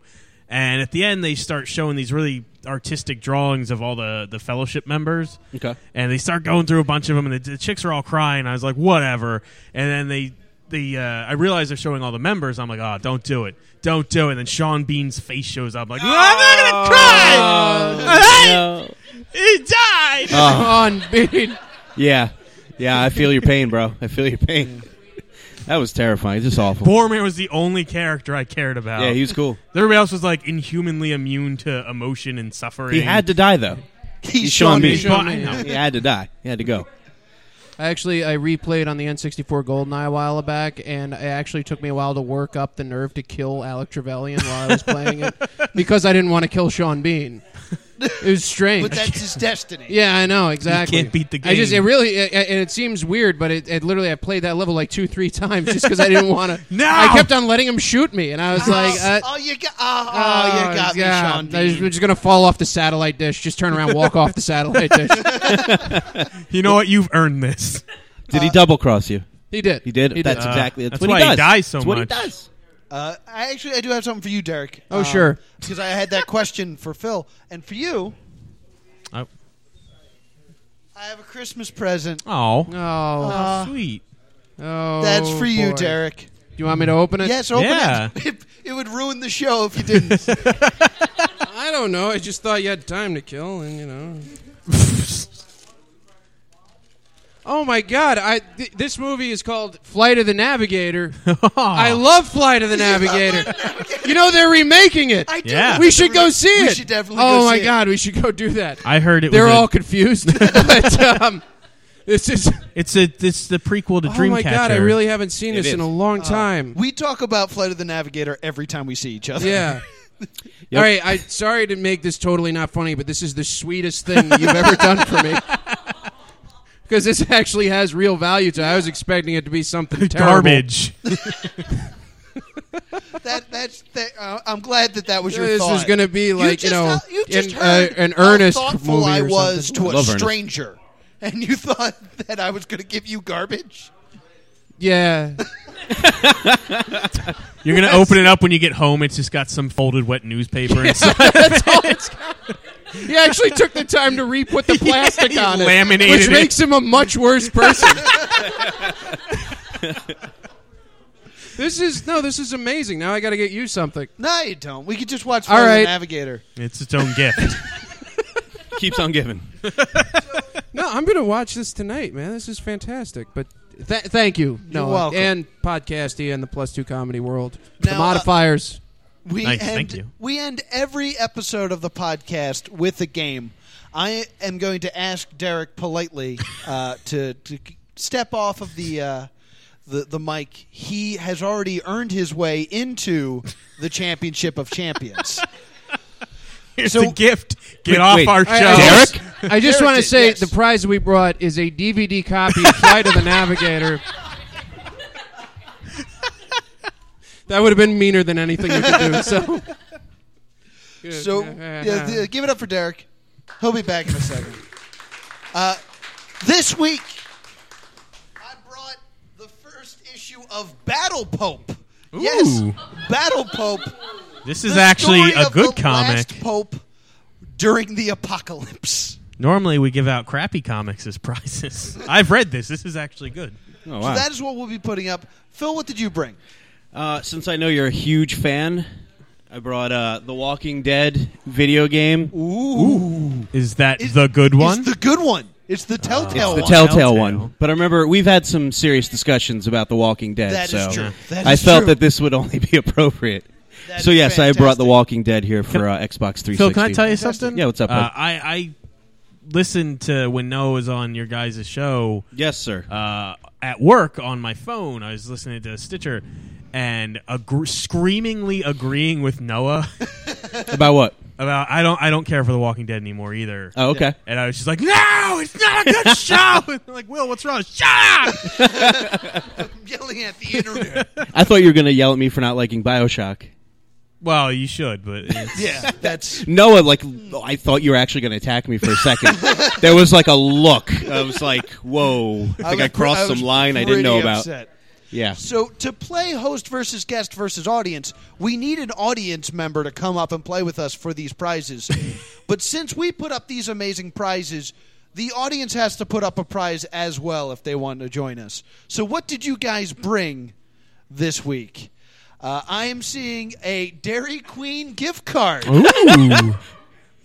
E: and at the end they start showing these really artistic drawings of all the the Fellowship members.
F: Okay.
E: And they start going through a bunch of them, and the, the chicks are all crying. I was like, whatever. And then they, the uh, I realize they're showing all the members. I'm like, oh, don't do it, don't do it. And then Sean Bean's face shows up. like,
F: Oh,
E: "No, I'm not gonna cry. All right?
F: No.
E: He died.
D: on being
F: Yeah, yeah. I feel your pain, bro. I feel your pain. That was terrifying. It's just awful.
E: Boromir was the only character I cared about.
F: Yeah, he was cool.
E: Everybody else was like inhumanly immune to emotion and suffering.
F: He had to die though.
C: He's
F: Sean Bean.
E: Sean Bean,
F: He
E: yeah.
F: had to die. He had to go.
D: Actually, I replayed on the N64 GoldenEye a while back, and it actually took me a while to work up the nerve to kill Alec Trevelyan while I was playing it because I didn't want to kill Sean Bean. It was strange.
C: But that's his destiny.
D: yeah, I know exactly.
E: can't beat the
D: I just it
E: game.
D: really it, it, and it seems weird, but it, it literally I played that level like two three times just because I didn't want to.
E: No!
D: I kept on letting him shoot me, and I was like, uh,
C: oh, you got, oh, oh, you got
D: yeah,
C: me, Sean
D: I was-
C: Bean.
D: We're just gonna fall off the satellite dish. Just turn around, walk off the satellite dish.
E: You know what? You've earned this.
F: Did
C: Uh,
F: he double cross you?
D: He did.
F: He did. that's
E: Uh,
F: exactly. That's,
E: that's
F: what
E: why
F: he
E: he
F: does.
E: dies so
F: that's what he
E: much.
F: does.
C: Uh, I actually I do have something for you, Derek.
D: Oh, sure.
C: Because I had that question for Phil, and for you,
E: Oh,
C: I have a Christmas present.
E: Aw.
D: Oh,
E: sweet.
D: oh,
C: That's for you,
D: boy.
C: Derek.
D: Do you want me to open it?
C: Yes, open
E: Yeah.
C: it. it. It would ruin the show if you didn't.
D: I don't know. I just thought you had time to kill, and you know. oh my God! I th- this movie is called Flight of the Navigator. I love Flight of the Navigator. you know they're remaking it.
C: I do.
E: Yeah.
D: we should go see
C: We
D: it.
C: should definitely
D: Oh
C: go
D: my
C: see it.
D: God! We should go do that.
E: I heard it.
D: they're
E: was a-
D: all confused. but, um, this is.
E: it's a. It's the prequel to Dreamcatcher.
D: Oh my God! I really haven't seen
F: It
D: this in
F: is.
D: a
C: Oh.
D: long time.
C: We talk about Flight of the Navigator every time we see each other.
D: Yeah. All right, I sorry to make this totally not funny, but this is the sweetest thing you've ever done for me. Because this actually has real value to. I was expecting it to be something terrible.
E: garbage.
C: That that's that, uh, I'm glad that that was your
D: This
C: thought.
D: is going to be like you,
C: just
D: know
C: how- you just
D: an, uh,
C: heard
D: an
C: how
D: earnest
C: thoughtful
D: movie
C: I
D: or
C: was
D: something.
C: to a
F: Love Ernest.
C: stranger, and you thought that I was going to give you garbage.
D: Yeah,
E: You're gonna open it up when you get home. It's just got some folded wet newspaper inside.
D: he actually took the time to re-put the plastic
E: he
D: on it,
E: laminated
D: which
E: it.
D: makes him a much worse person. this is no, this is amazing. Now I got to get you something.
C: No, you don't. We could just watch
D: All
C: Flight of
D: right.
C: the Navigator.
E: It's its own gift.
F: Keeps on giving.
D: No, I'm going to watch this tonight, man. This is fantastic. But th- thank you, Noah,
C: welcome.
D: and Podcasty and the Plus Two Comedy World.
C: Now,
D: the
C: uh,
D: modifiers.
C: We
E: Nice,
C: end,
E: thank you.
C: We end every episode of the podcast with a game. I am going to ask Derek politely uh, to to step off of the. Uh, the, the mic he has already earned his way into the championship of champions.
E: It's
C: So-
E: a gift. Get
F: Wait,
E: off
F: wait.
E: our show.
D: I- I just- I just
C: Derek
D: want to
C: did,
D: say
C: yes.
D: the prize we brought is a DVD copy of Flight of the Navigator. that would have been meaner than anything you could do. So,
C: So yeah, th- give it up for Derek. He'll be back in a second. Uh, this week, I brought the first issue of Battle Pope. Yes,
E: Ooh.
C: Battle Pope.
E: This is
C: the
E: actually
C: story
E: a
C: of
E: good
C: the
E: comic.
C: Last Pope during the apocalypse.
E: Normally, we give out crappy comics as prizes. I've read this. This is actually good.
F: Oh,
C: So
F: wow.
C: that is what we'll be putting up. Phil, what did you bring?
F: Uh, since I know you're a huge fan, I brought uh, the Walking Dead video game.
E: Is that
C: It-
E: the good one?
C: It's the good one. It's the Telltale
F: the
C: one.
F: Telltale,
E: Telltale.
F: one. But I remember we've had some serious discussions about The Walking Dead.
C: That
F: so
C: is true. That
F: I
C: is
F: felt
C: true.
F: that this would only be appropriate.
C: That
F: so
C: is
F: yes, I brought The
C: fantastic.
F: Walking Dead here for uh, Xbox 360.
E: Phil, can I tell you something?
F: Yeah, what's up,
E: Uh,
F: bud?
E: I, I listened to when Noah was on your guys' show
F: Yes, sir.
E: uh, at work on my phone. I was listening to Stitcher and agr- screamingly agreeing with Noah
F: about what?
E: about I don't I don't care for The Walking Dead anymore either.
F: Oh, okay.
E: And I was just like, no, it's not a good show. And they're like, Will, what's wrong? Shut up.
C: I'm yelling at the internet.
F: I thought you were going to yell at me for not liking Bioshock.
E: well, you should, but it's-
C: yeah, that's
F: Noah, like, I thought you were actually going to attack me for a second. there was like a look. I was like, "Whoa!" I think I,
C: was pr-
F: crossed
C: was
F: some line I didn't
C: pretty
F: know about.
C: upset.
F: Yeah,
C: So to play host versus guest versus audience, we need an audience member to come up and play with us for these prizes. but since we put up these amazing prizes, the audience has to put up a prize as well if they want to join us. So what did you guys bring this week? Uh, I am seeing a Dairy Queen gift card.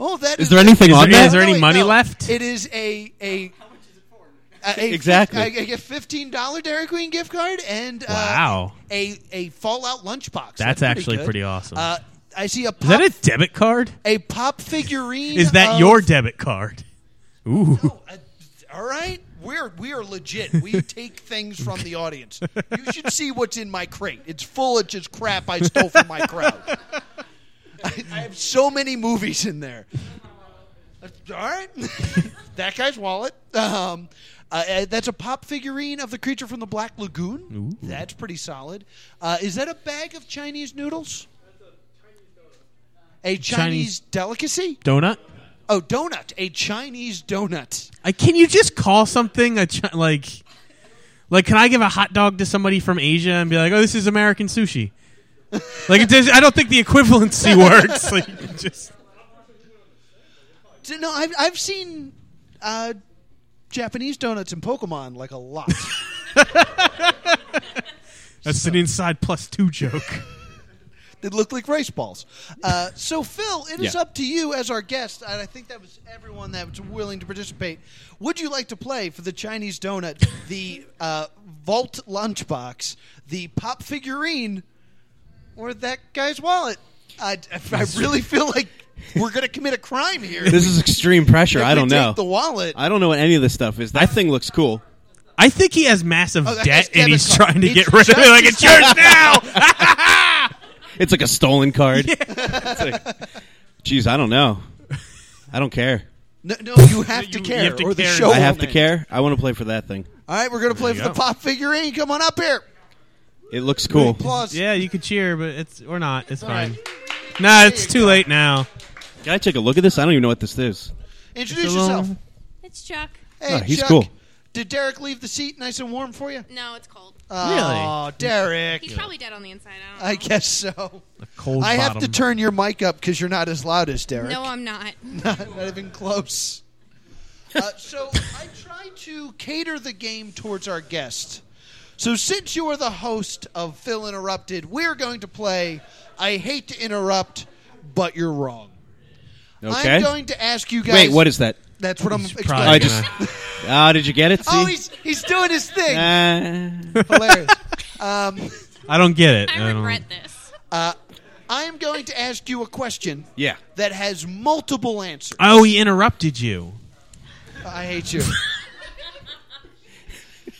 C: Oh, that is
F: there anything
E: Is
F: on
E: there-
F: that?
E: is there any
C: wait,
E: money left?
C: It is a a. a- a-
F: Exactly.
C: I I get fifteen dollar Dairy Queen gift card and uh,
E: Wow.
C: a a Fallout lunchbox.
E: That's actually
C: good.
E: pretty awesome.
C: Uh, I see a
E: is that
C: pop,
E: a debit card?
C: a pop figurine.
E: Is that
C: of-
E: your debit card? Ooh.
C: No, uh, all right. We're we are legit. We take things from the audience. You should see what's in my crate. It's full of just crap I stole from my crowd. I, I have so many movies in there. Uh, All right, that guy's wallet. Um, uh, uh, that's a pop figurine of the creature from the Black Lagoon. That's pretty solid. Uh, is that a bag of Chinese noodles? A Chinese
E: Chinese-
C: delicacy?
E: Donut?
C: Oh, donut. A Chinese donut.
E: I, can you just call something a chi- like like can I give a hot dog to somebody from Asia and be like, "Oh, this is American sushi." like it does, I don't think the equivalency works. Like it just
C: D- No, I've, I've seen uh, Japanese donuts in Pokemon like a lot.
E: that's an inside plus 2 joke.
C: they look like rice balls. Uh, so, Phil, it is
F: Yeah.
C: up to you as our guest, and I think that was everyone that was willing to participate. Would you like to play for the Chinese donut, the uh, vault lunchbox, the pop figurine, or that guy's wallet? I, I really feel like we're going to commit a crime here.
F: This is extreme pressure.
C: If
F: I
C: we
F: don't
C: take
F: know.
C: the wallet.
F: I don't know what any of this stuff is. That thing looks cool.
E: I think he has massive
C: Oh, that guy's
E: debt and
C: debit
E: he's
C: card.
E: trying to
C: He
E: get rid of it like a
C: just-
E: church now.
F: It's like a stolen card. It's like, Jeez, I don't know. I don't care.
C: No, no, you have to
E: You- you
C: care,
E: have to
C: or the
E: care.
C: show.
F: I have
C: will
F: to
C: end.
F: care. I want to play for that thing.
C: All right, we're gonna play for
E: you
C: the
E: go.
C: pop figurine. Come on up here.
F: It looks cool.
C: Applause.
E: yeah, you could cheer, but it's or not. It's fine.
C: right.
E: Nah, it's too late now.
F: Can I take a look at this? I don't even know what this is.
C: Introduce
E: It's a little-
C: yourself.
G: It's Chuck.
C: Hey,
F: Oh, he's
C: Chuck,
F: cool.
C: Did Derek leave the seat nice and warm for you?
G: No, it's cold.
E: Uh,
C: Oh, Derek.
G: He's probably dead on the inside. I don't know.
C: I guess so.
E: A cold
C: I have
E: bottom.
C: to turn your mic up because you're not as loud as Derek.
G: No, I'm not.
C: not, not even close. Uh, so I try to cater the game towards our guest. So since you are the host of Phil Interrupted, we're going to play I Hate to Interrupt, but You're Wrong.
F: Okay.
C: I'm going to ask you guys.
F: Wait, what is that?
C: That's what I'm
E: He's
C: explaining.
E: probably
F: I just. Ah, did you get it? See?
C: oh, he's he's doing his thing.
F: Ah.
C: Hilarious.
E: I don't get it.
G: I
E: don't-
G: regret this.
C: I am going to ask you a question
F: yeah.
C: that has multiple answers.
E: Oh, he interrupted you.
C: I hate you.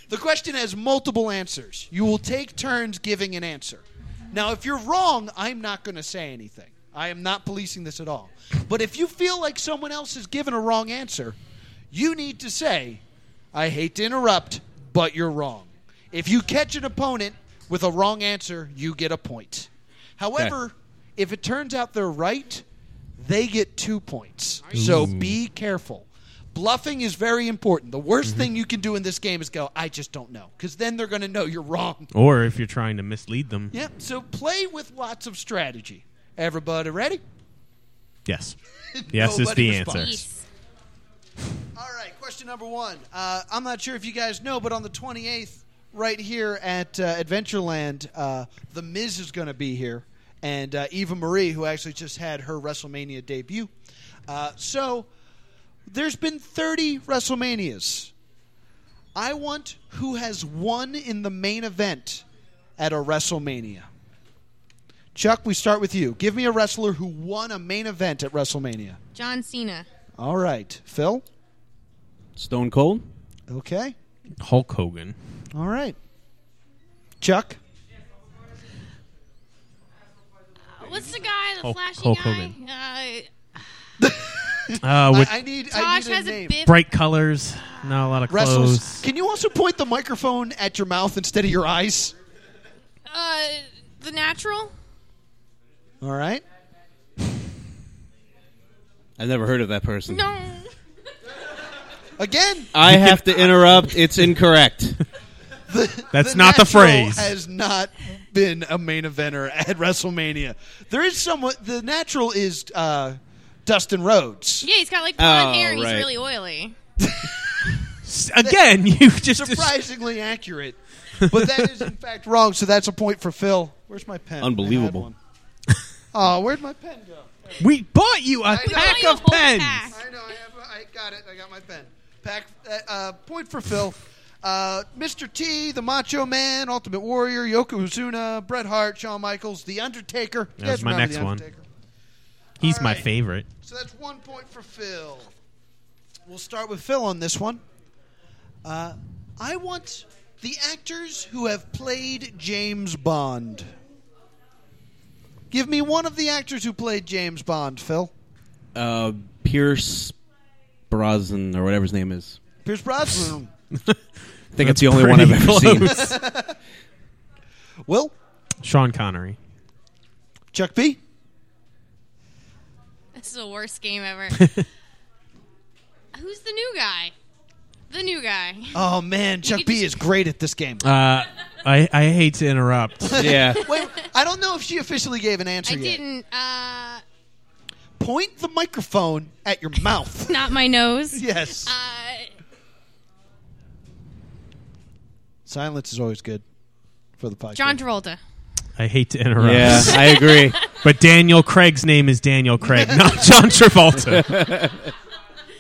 C: the question has multiple answers. You will take turns giving an answer. Now, if you're wrong, I'm not going to say anything. I am not policing this at all. But if you feel like someone else has given a wrong answer, you need to say, I hate to interrupt, but you're wrong. If you catch an opponent with a wrong answer, you get a point. However, if it turns out they're right, they get two points. So be careful. Bluffing is very important. The worst thing you can do in this game is go, I just don't know. Because then they're going to know you're wrong.
E: Or if you're trying to mislead them.
C: Yep. So play with lots of strategy. Everybody ready?
E: Yes. Yes is
C: Nobody
E: the
C: responds.
E: answer.
G: Peace.
C: All right, question number one. Uh, I'm not sure if you guys know, but on the 28th, right here at uh, Adventureland, uh, The Miz is going to be here, and uh, Eva Marie, who actually just had her WrestleMania debut. Uh, so there's been 30 WrestleManias. I want who has won in the main event at a WrestleMania. Chuck, we start with you. Give me a wrestler who won a main event at WrestleMania.
G: John Cena.
C: All right, Phil.
F: Stone Cold.
C: Okay.
E: Hulk Hogan.
C: All right. Chuck?
G: What's the guy, the
E: Hulk-
G: flashy
E: Hulk
G: guy?
E: Hogan.
G: Uh,
E: Uh, with
C: I, I need, I
G: Tosh
C: need a
G: has a
C: name.
G: biff.
E: bright colors, not a lot of
C: Wrestlers.
E: clothes.
C: Can you also point the microphone at your mouth instead of your eyes?
G: Uh, the natural.
C: All right.
F: I've never heard of that person.
G: No.
C: Again,
F: I have to interrupt. It's incorrect.
C: the,
E: That's not the
C: Natural
E: phrase.
C: Has not been a main eventer at WrestleMania. There is somewhat. The natural is uh, Dustin Rhodes.
G: Yeah, he's got like blonde
F: Oh,
G: hair and
F: right.
G: he's really oily.
E: S- Again, you just
C: Surprisingly accurate, but that is in fact wrong. So that's a point for Phil. Where's my pen? I had
F: Unbelievable.
C: one. Oh, where'd my pen go?
E: we bought you a
G: We
E: pack
G: bought you a
E: of
G: whole
E: pens.
G: pack.
C: I know. I have. I got it. I got my pen. Pack. Uh, uh, point for Phil. Uh, Mr. T, The Macho Man, Ultimate Warrior, Yokozuna, Bret Hart, Shawn Michaels, The Undertaker. You
E: That was
C: guys
E: my
C: remember
E: next
C: The
E: one.
C: Undertaker.
E: He's my
C: Alright.
E: favorite.
C: So that's one point for Phil. We'll start with Phil on this one. Uh, I want the actors who have played James Bond. Give me one of the actors who played James Bond, Phil.
F: Uh, Pierce Brosnan or whatever his name is.
C: Pierce Brosnan.
F: I think it's the only one I've ever seen.
C: Will?
E: Sean Connery.
C: Chuck B?
G: This is the worst game ever. Who's the new guy? The new guy.
C: Oh, man. Chuck B is great at this game.
E: Uh, I I hate to interrupt.
F: yeah.
C: Wait, I don't know if she officially gave an answer
G: I
C: yet.
G: didn't. Uh,
C: Point the microphone at your mouth.
G: not my nose.
C: yes.
G: Uh,
C: Silence is always good for the podcast.
G: John Travolta.
E: I hate to interrupt.
F: Yeah, I agree.
E: But Daniel Craig's name is Daniel Craig, not John Travolta.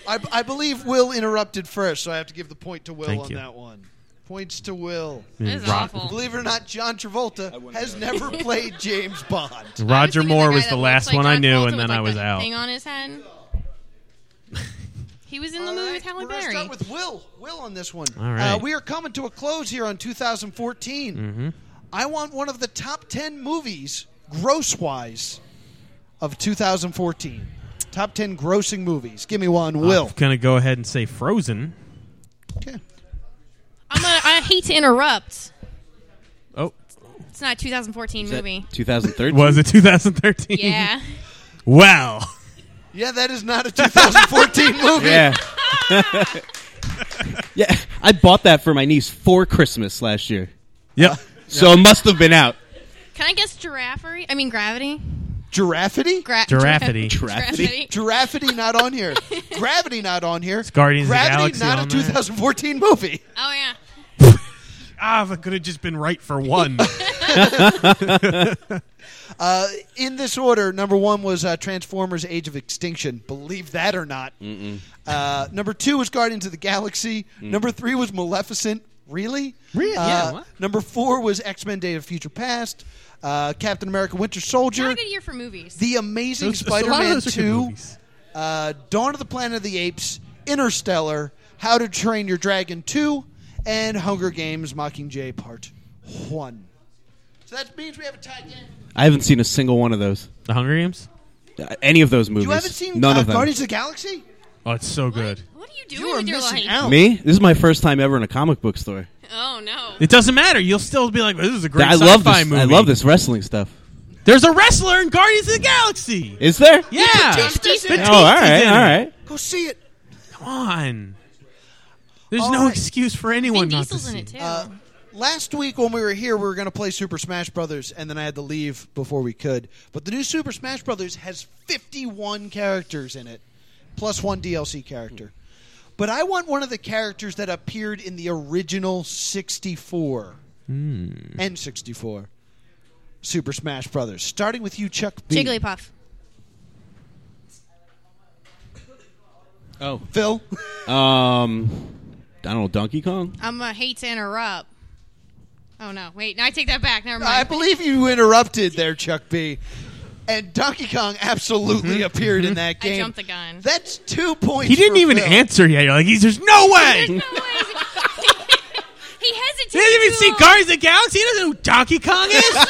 C: I, I believe Will interrupted first, so I have to give the point to Will
E: Thank
C: on
E: you.
C: that one. Points to Will.
G: This is
E: Rock.
G: awful.
C: Believe it or not, John Travolta has never played James Bond.
E: Roger
G: I thinking
E: Moore
G: guy
E: was
G: that
E: the
G: looks
E: last
G: like
E: one
G: John
E: I knew,
G: Travolta
E: and
G: with,
E: then
G: like,
E: I was
G: that
E: out.
G: Thing on his head. he was in the
C: All
G: movie with
C: right,
G: Halle
C: We're gonna
G: Berry.
C: start with Will. Will on this one.
E: All right. Mm-hmm.
C: Uh, we are coming to a close here on 2014. I want one of the top 10 movies, gross wise, of 2014. Top 10 grossing movies. Give me one, Will.
E: I'm gonna go ahead and say Frozen. Uh,
C: Okay.
G: I'm gonna, I hate to interrupt.
E: Oh,
G: It's not a 2014 movie.
F: 2013.
E: was it 2013?
G: Yeah.
E: Wow.
C: Yeah, that is not a 2014 movie.
F: Yeah. yeah, I bought that for my niece for Christmas last year,
E: Yep.
F: so it must have been out.
G: Can I guess giraffery? I mean gravity.
C: Giraffity?
G: Gra-
E: Giraffity.
G: Gravity.
C: Giraffity not on here. Gravity not on here.
E: Guardians of the
C: Gravity
E: Galaxy
C: not a
E: on there.
C: 2014 movie.
G: Oh yeah.
E: Ah, if I could have just been right for one.
C: Uh, in this order, number one was uh, Transformers: Age of Extinction. Believe that or not. Uh, number two was Guardians of the Galaxy. Number three was Maleficent. Really? Really?
F: Yeah, what?
C: number four was X Men: Day of Future Past. Uh, Captain America: Winter Soldier.
G: Not a good year for movies.
C: The Amazing
E: Those- a lot of
C: Spider-Man
E: those are good
C: Two.
E: movies.
C: uh, Dawn of the Planet of the Apes, Interstellar, How to Train Your Dragon 2, and Hunger Games Mockingjay Part 1. So that means we have a tie game.
F: I haven't seen a single one of those,
E: The Hunger Games.
F: Uh, any of those movies.
C: You haven't seen
F: none
C: uh,
F: of them.
C: Guardians of the Galaxy?
E: Oh, it's so
G: what,
E: good.
G: what are you
C: You
G: doing
C: are
G: with your life?
C: missing out.
F: Me? This is my first time ever in a comic book store.
G: Oh no.
E: It doesn't matter. You'll still be like, "This is a great
F: I
E: sci-fi
F: love this.
E: movie."
F: I love this wrestling stuff.
E: There's a wrestler in Guardians of the Galaxy.
F: Is there?
E: yeah.
G: Batista.
E: Batista.
F: Oh, all right,
E: Batista.
F: all right.
C: Go see it.
E: Come on. There's
C: All
E: no
C: right.
E: excuse for
G: Vin
E: anyone not to
G: Diesel's in
E: see.
G: it too.
C: Uh, last week when we were here, we were going to play Super Smash Brothers, and then I had to leave before we could. But the new Super Smash Brothers has 51 characters in it, plus one DLC character. But I want one of the characters that appeared in the original 64
F: Hmm.
C: and 64 Super Smash Brothers. Starting with you, Chuck B.
G: Jigglypuff.
F: Oh,
C: Phil.
F: um, I don't know. Donkey Kong.
G: I'm gonna hate to interrupt. Oh no. Wait. No, I take that back. Never mind.
C: I believe you interrupted there, Chuck B. And Donkey Kong
E: Mm-hmm.
C: absolutely appeared in that
G: I
C: game.
G: jumped the gun.
C: That's two points.
E: He didn't
C: for
E: even
C: Phil.
E: answer yet. You're like, "He's there's no way." he
G: There's no way. he hesitated.
E: didn't even
G: too
E: see
G: long.
E: Guardians of the Galaxy. He doesn't know who Donkey Kong is.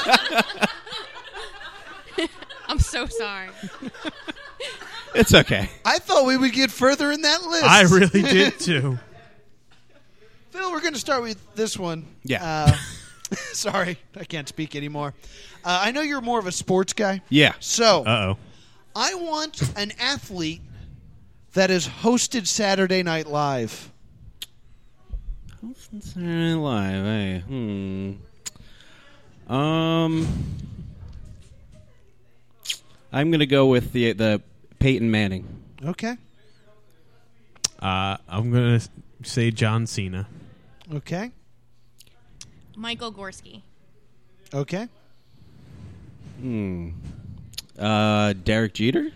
G: I'm so sorry.
F: It's okay.
C: I thought we would get further in that list.
E: I really did too.
C: Phil, we're going to start with this one.
F: Yeah.
C: Uh, sorry, I can't speak anymore. Uh, I know you're more of a sports guy.
F: Yeah.
C: So
E: Uh oh.
C: I want an athlete that has hosted Saturday Night Live.
F: Saturday Night Live. eh? Hmm. Um, I'm gonna go with the the Peyton Manning.
C: Okay.
E: Uh, I'm gonna s- say John Cena.
C: Okay.
G: Michael Gorski.
C: Okay.
F: Hmm. Uh, Derek Jeter.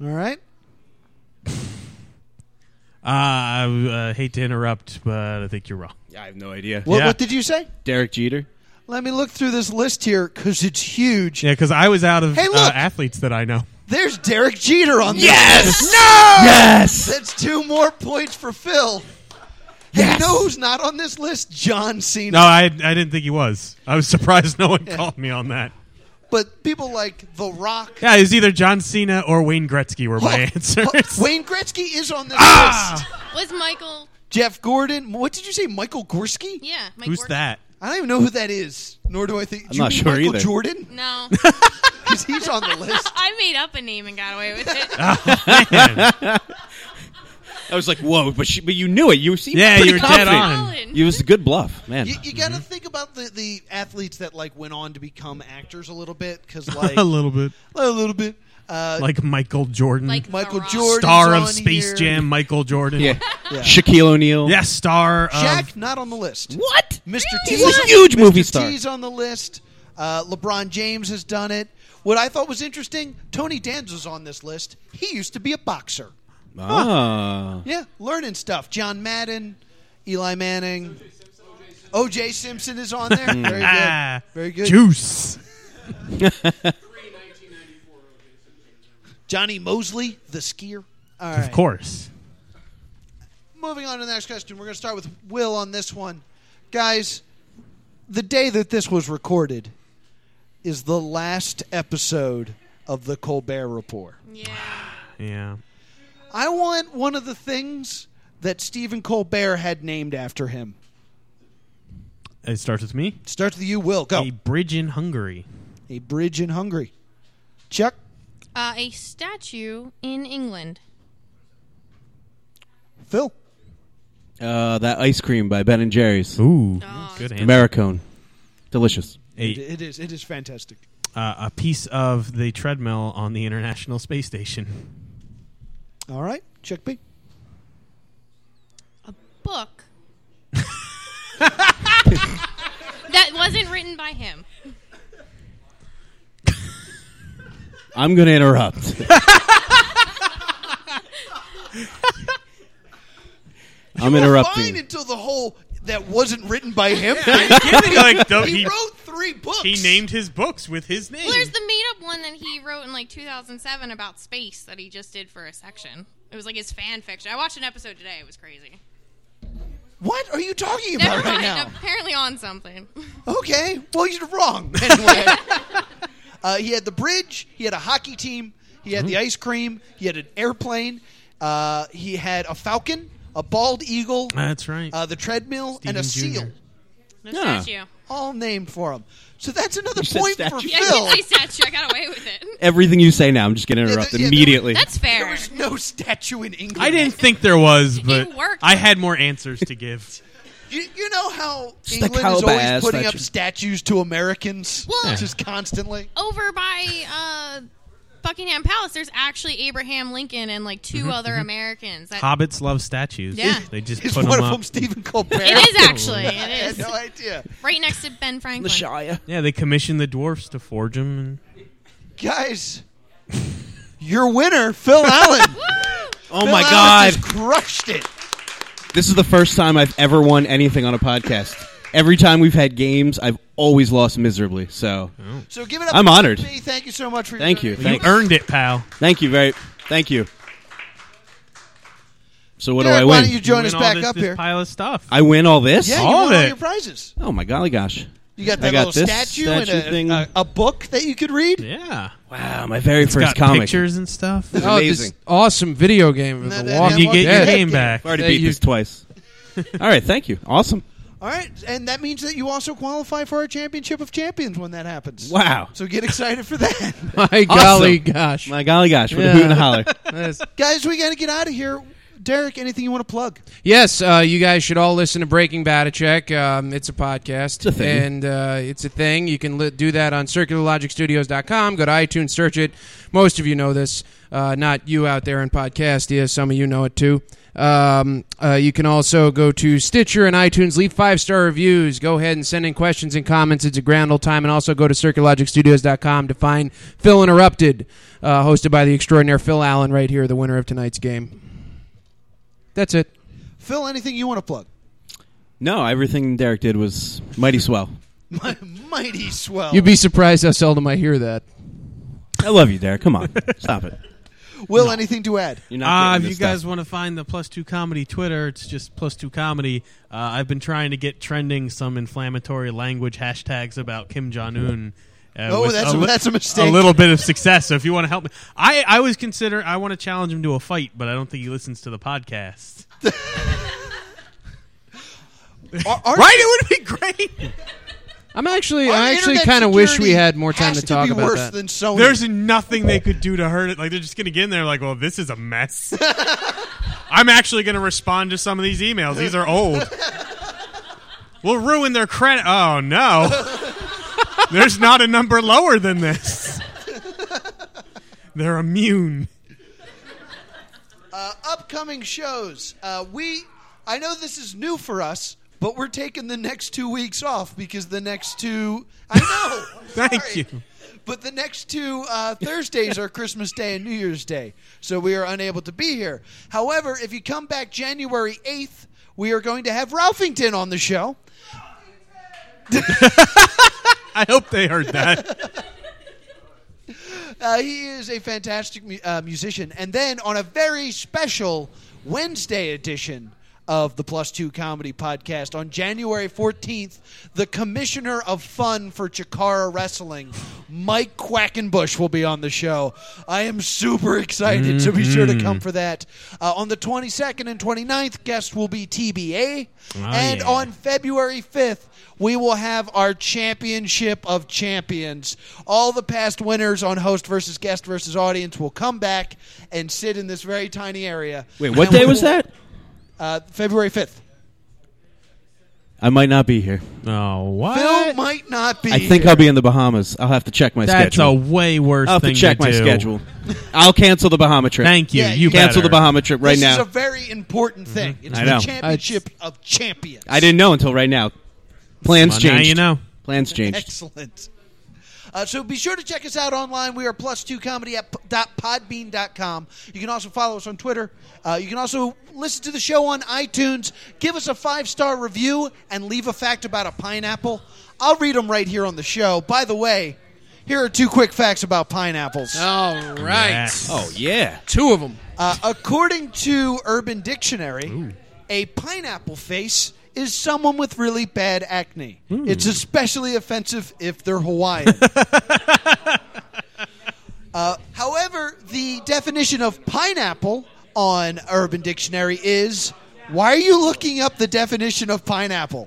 C: All right.
E: Uh, I uh, hate to interrupt, but I think you're wrong.
F: I have no idea.
C: What,
E: Yeah.
C: what did you say?
F: Derek Jeter.
C: Let me look through this list here because it's huge.
E: Yeah, because I was out of
C: Hey,
E: uh,
C: look!
E: athletes that I know.
C: There's Derek Jeter on this.
F: Yes! No! Yes!
C: That's two more points for Phil.
F: Yes!
C: You know who's not on this list? John Cena.
E: No, I, I didn't think he was. I was surprised no one called me on that.
C: But people like The Rock.
E: Yeah, it was either John Cena or Wayne Gretzky were my Ah! answers.
C: Wayne Gretzky is on this list.
G: Was Michael?
C: Jeff Gordon. What did you say? Michael Gorsky?
G: Yeah, Mike
E: Who's
G: Gordon.
E: that?
C: I don't even know who that is. Nor do I think. do you
F: not
C: mean
F: sure
C: Michael
F: either.
C: Jordan?
G: No,
C: 'Cause he's on the list.
G: I made up a name and got away with it.
F: I was like, whoa, but she, but you knew it. You seemed
E: Yeah,
F: pretty
E: you were dead
F: confident.
E: on.
G: Colin.
F: It was a good bluff, man.
C: You, you got to think about the, the athletes that like went on to become actors a little bit, because like
E: a little bit.
C: a little bit. Uh,
E: Like Michael Jordan.
G: Like
C: Michael
G: The Rock.
C: Jordan,
E: star of
C: on
E: Space
C: here.
E: Jam, Michael Jordan.
F: yeah.
C: Yeah.
F: Shaquille O'Neal.
E: Yeah, star
C: Shaq
E: of.
C: not on the list.
F: What?
C: Mr. T
F: He's a huge movie star.
C: T's on the list. Uh, LeBron James has done it. What I thought was interesting, Tony Danza's on this list. He used to be a boxer.
F: Ah.
C: Yeah, learning stuff. John Madden, Eli Manning, O.J. Simpson is on there. Very good.
E: Ah,
C: Very good.
E: Juice.
C: Johnny Mosley, the skier. All right.
E: Of course.
C: Moving on to the next question. We're going to start with Will on this one. Guys, the day that this was recorded is the last episode of The Colbert Report.
G: Yeah.
E: Yeah.
C: I want one of the things that Stephen Colbert had named after him.
E: It starts with me.
C: Starts with you, Will. Go.
E: A bridge in Hungary.
C: A bridge in Hungary. Chuck,
G: Uh, a statue in England.
C: Phil.
F: Uh, that ice cream by Ben and Jerry's.
E: Ooh.
G: Oh,
E: good answer.
F: Americone. Delicious.
E: a,
C: It is. It is fantastic.
E: uh, a piece of the treadmill on the International Space Station.
C: All right, Chuck B.
G: A book. that wasn't written by him.
F: I'm going to interrupt. I'm
C: Fine
F: interrupting.
C: until the whole that wasn't written by him.
E: like, though,
C: He
E: he,
C: wrote three books.
E: he named his books with his name.
G: Well, there's the made up one that he wrote in like 2007 about space that he just did for a section. It was like his fan fiction. I watched an episode today. It was crazy.
C: What are you talking
G: Never
C: about right
G: mind.
C: now?
G: Apparently on something.
C: Okay, well you're wrong. Anyway, uh, he had the bridge. He had a hockey team. He had
E: Hmm.
C: the ice cream. He had an airplane. Uh, he had a falcon, a bald eagle,
E: That's right.
C: uh, the treadmill, and a
E: Ah. Steven Jr..
C: seal.
G: The
F: Yeah.
G: statue.
C: All named for him. So that's another
F: said
C: point for
F: statue.
G: Yeah, I
C: Phil.
G: did say statue. I got away with it.
F: Everything you say now, I'm just going to
C: there-
F: interrupt
C: yeah, there-
F: immediately.
G: That's fair.
C: There was no statue in England.
E: I didn't think there was, but
G: worked.
E: I had more answers to give.
C: You, you know how
F: the
C: England is always
F: Calabas
C: putting
F: statue.
C: up statues to Americans,
G: Well-
C: just constantly.
G: Over by uh, Buckingham Palace, there's actually Abraham Lincoln and like 2 other Americans. That,
E: Hobbits love statues.
G: Yeah.
E: They just
C: Is
E: put
C: one
E: them
C: of
E: up.
C: them Stephen Colbert?
G: it is actually.
C: I
G: It
C: had
G: is.
C: no idea.
G: Right next to Ben Franklin.
E: Yeah, they commissioned the dwarfs to forge them.
C: guys, your winner, Phil Allen.
F: Oh
C: Phil
F: my
C: Allen
F: God.
C: just crushed it.
F: This is the first time I've ever won anything on a podcast. Every time we've had games, I've always lost miserably. So
C: So give it up.
F: I'm
C: for
F: honored.
C: me. Thank you so much for your
F: Thank you.
C: donation.
E: You
F: Thank,
E: earned it, pal.
F: thank you very thank you. So what
C: Derek,
F: do I
C: why
F: win?
C: don't you join
E: You win
C: us
E: all
C: back
E: this-
C: up
E: this
C: here?
E: pile of stuff.
F: I win all this?
C: yeah, you
E: All
C: won
E: of
C: all
E: it.
C: your prizes.
F: Oh my golly gosh.
C: You got that
F: got
C: little
F: this
C: statue,
F: statue
C: and
F: thing.
C: a, a, a book that you could read.
E: yeah.
F: Wow, my very
E: Got
F: first comic.
E: pictures and stuff.
F: It's
D: Oh,
F: amazing.
D: this awesome video game of
C: Now
D: The
C: that-
D: Walking
E: you get your
D: Dead.
E: game back.
F: I've already
D: Yeah,
F: beat
D: you-
F: this twice. all right, thank you. Awesome.
C: All right, and that means that you also qualify for our championship of champions when that happens.
F: Wow.
C: So get excited for that.
D: My golly gosh.
F: My golly gosh, what
D: Yeah.
F: a hoot and a holler.
D: That's-
C: Guys, we got to get out of here. Derek, anything you want to plug?
D: Yes, uh, you guys should all listen to Breaking Battacek. Um, it's a podcast. It's
F: a thing.
D: And uh, it's a thing. You can li- do that on circularlogicstudios.com. Go to iTunes, search it. Most of you know this. Uh, not you out there in Podcastia. Some of you know it too. Um, uh, you can also go to Stitcher and iTunes, leave five star reviews. Go ahead and send in questions and comments. It's a grand old time. And also go to circularlogicstudios.com to find Phil Interrupted, uh, hosted by the extraordinary Phil Allen, right here, the winner of tonight's game. That's it.
C: Phil, anything you want to plug?
F: No, everything Derek did was mighty swell.
C: Mighty swell.
D: You'd be surprised how seldom I hear that.
F: I love you, Derek. Come on, stop it.
C: Will anything to add?
F: You're
E: Uh,
F: not.
E: if
F: getting
E: you
F: this
E: guys
F: stuff.
E: want to find the Plus Two Comedy Twitter, it's just Plus Two Comedy. Uh, I've been trying to get trending some inflammatory language hashtags about Kim Jong Un. Uh,
C: Oh,
E: with
C: that's a-
E: li-
C: that's a mistake.
E: A little bit of success. So if you want to help me, I I was consider I want to challenge him to a fight, but I don't think he listens to the podcast.
C: Are, are-
E: Right? It would be great.
D: I'm actually,
C: our
D: I actually
C: internet
D: kind of wish we
C: security
D: had more time
C: has
D: to talk
C: be
D: about
C: worse
D: that.
C: Than Sony.
E: There's nothing they could do to hurt it. Like they're just gonna get in there. Like, well, this is a mess. I'm actually gonna respond to some of these emails. These are old. We'll ruin their credit. Oh no. There's not a number lower than this. They're immune.
C: uh, upcoming shows. Uh, we, I know this is new for us, but we're taking the next two weeks off because the next two. I know. I'm
E: Thank
C: sorry.
E: you.
C: But the next two uh, Thursdays are Christmas Day and New Year's Day, so we are unable to be here. However, if you come back January eighth, we are going to have Ralphington on the show.
E: I hope they heard that.
C: Uh, he is a fantastic mu- uh, musician. And then on a very special Wednesday edition of the Plus Two Comedy Podcast on January 14th, the Commissioner of Fun for Chikara Wrestling, Mike Quackenbush, will be on the show. I am super excited, so be sure to come for that. Uh, on the 22nd and 29th, guests will be TBA. and
E: yeah.
C: on February 5th, we will have our championship of champions. All the past winners on host versus guest versus audience will come back and sit in this very tiny area.
F: Wait, what
C: And
F: day
C: we
F: was
C: will-
F: that?
C: Uh, February 5th.
F: I might not be here.
E: Oh, what?
C: Phil might not be.
F: I think I'll be in the Bahamas. I'll have to check my
E: That's
F: schedule.
E: a way worse
F: I'll have to
E: thing
F: check my
E: do.
F: schedule. I'll cancel the Bahama trip.
E: Thank you.
C: Yeah,
E: you
C: you
F: Cancel the
E: better.
F: Bahama trip right
C: this
F: now. Mm-hmm.
C: is a very important thing. It's
F: I
C: the
F: know.
C: championship of champions.
F: I didn't know until right now. Plans
E: Well, now
F: changed.
E: you know.
F: Plans changed.
C: Excellent. Uh, so be sure to check us out online. We are plus two comedy at podbean.com. You can also follow us on Twitter. Uh, you can also listen to the show on iTunes. Give us a five star review and leave a fact about a pineapple. I'll read them right here on the show. By the way, here are two quick facts about pineapples.
D: All right,
E: Yes.
F: Oh yeah.
D: two of them.
C: Uh, according to Urban Dictionary, a pineapple face is someone with really bad acne. It's especially offensive if they're Hawaiian. uh, however, the definition of pineapple on Urban Dictionary is why are you looking up the definition of pineapple?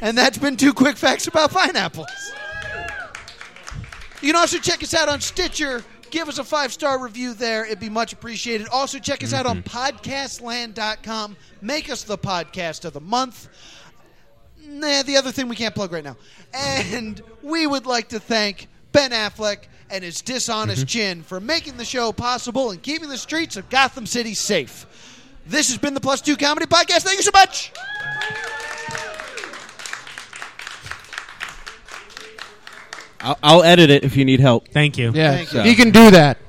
C: And that's been two quick facts about pineapples. You can also check us out on Stitcher. Give us a five star review there. It'd be much appreciated. Also, check us out on podcastland.com. Make us the podcast of the month. Nah, the other thing we can't plug right now. And we would like to thank Ben Affleck and his dishonest chin for making the show possible and keeping the streets of Gotham City safe. This has been the Plus Two Comedy Podcast. Thank you so much.
F: I'll, I'll edit it if you need help.
E: Thank you.
D: Yeah,
C: Thank you.
D: he can do that.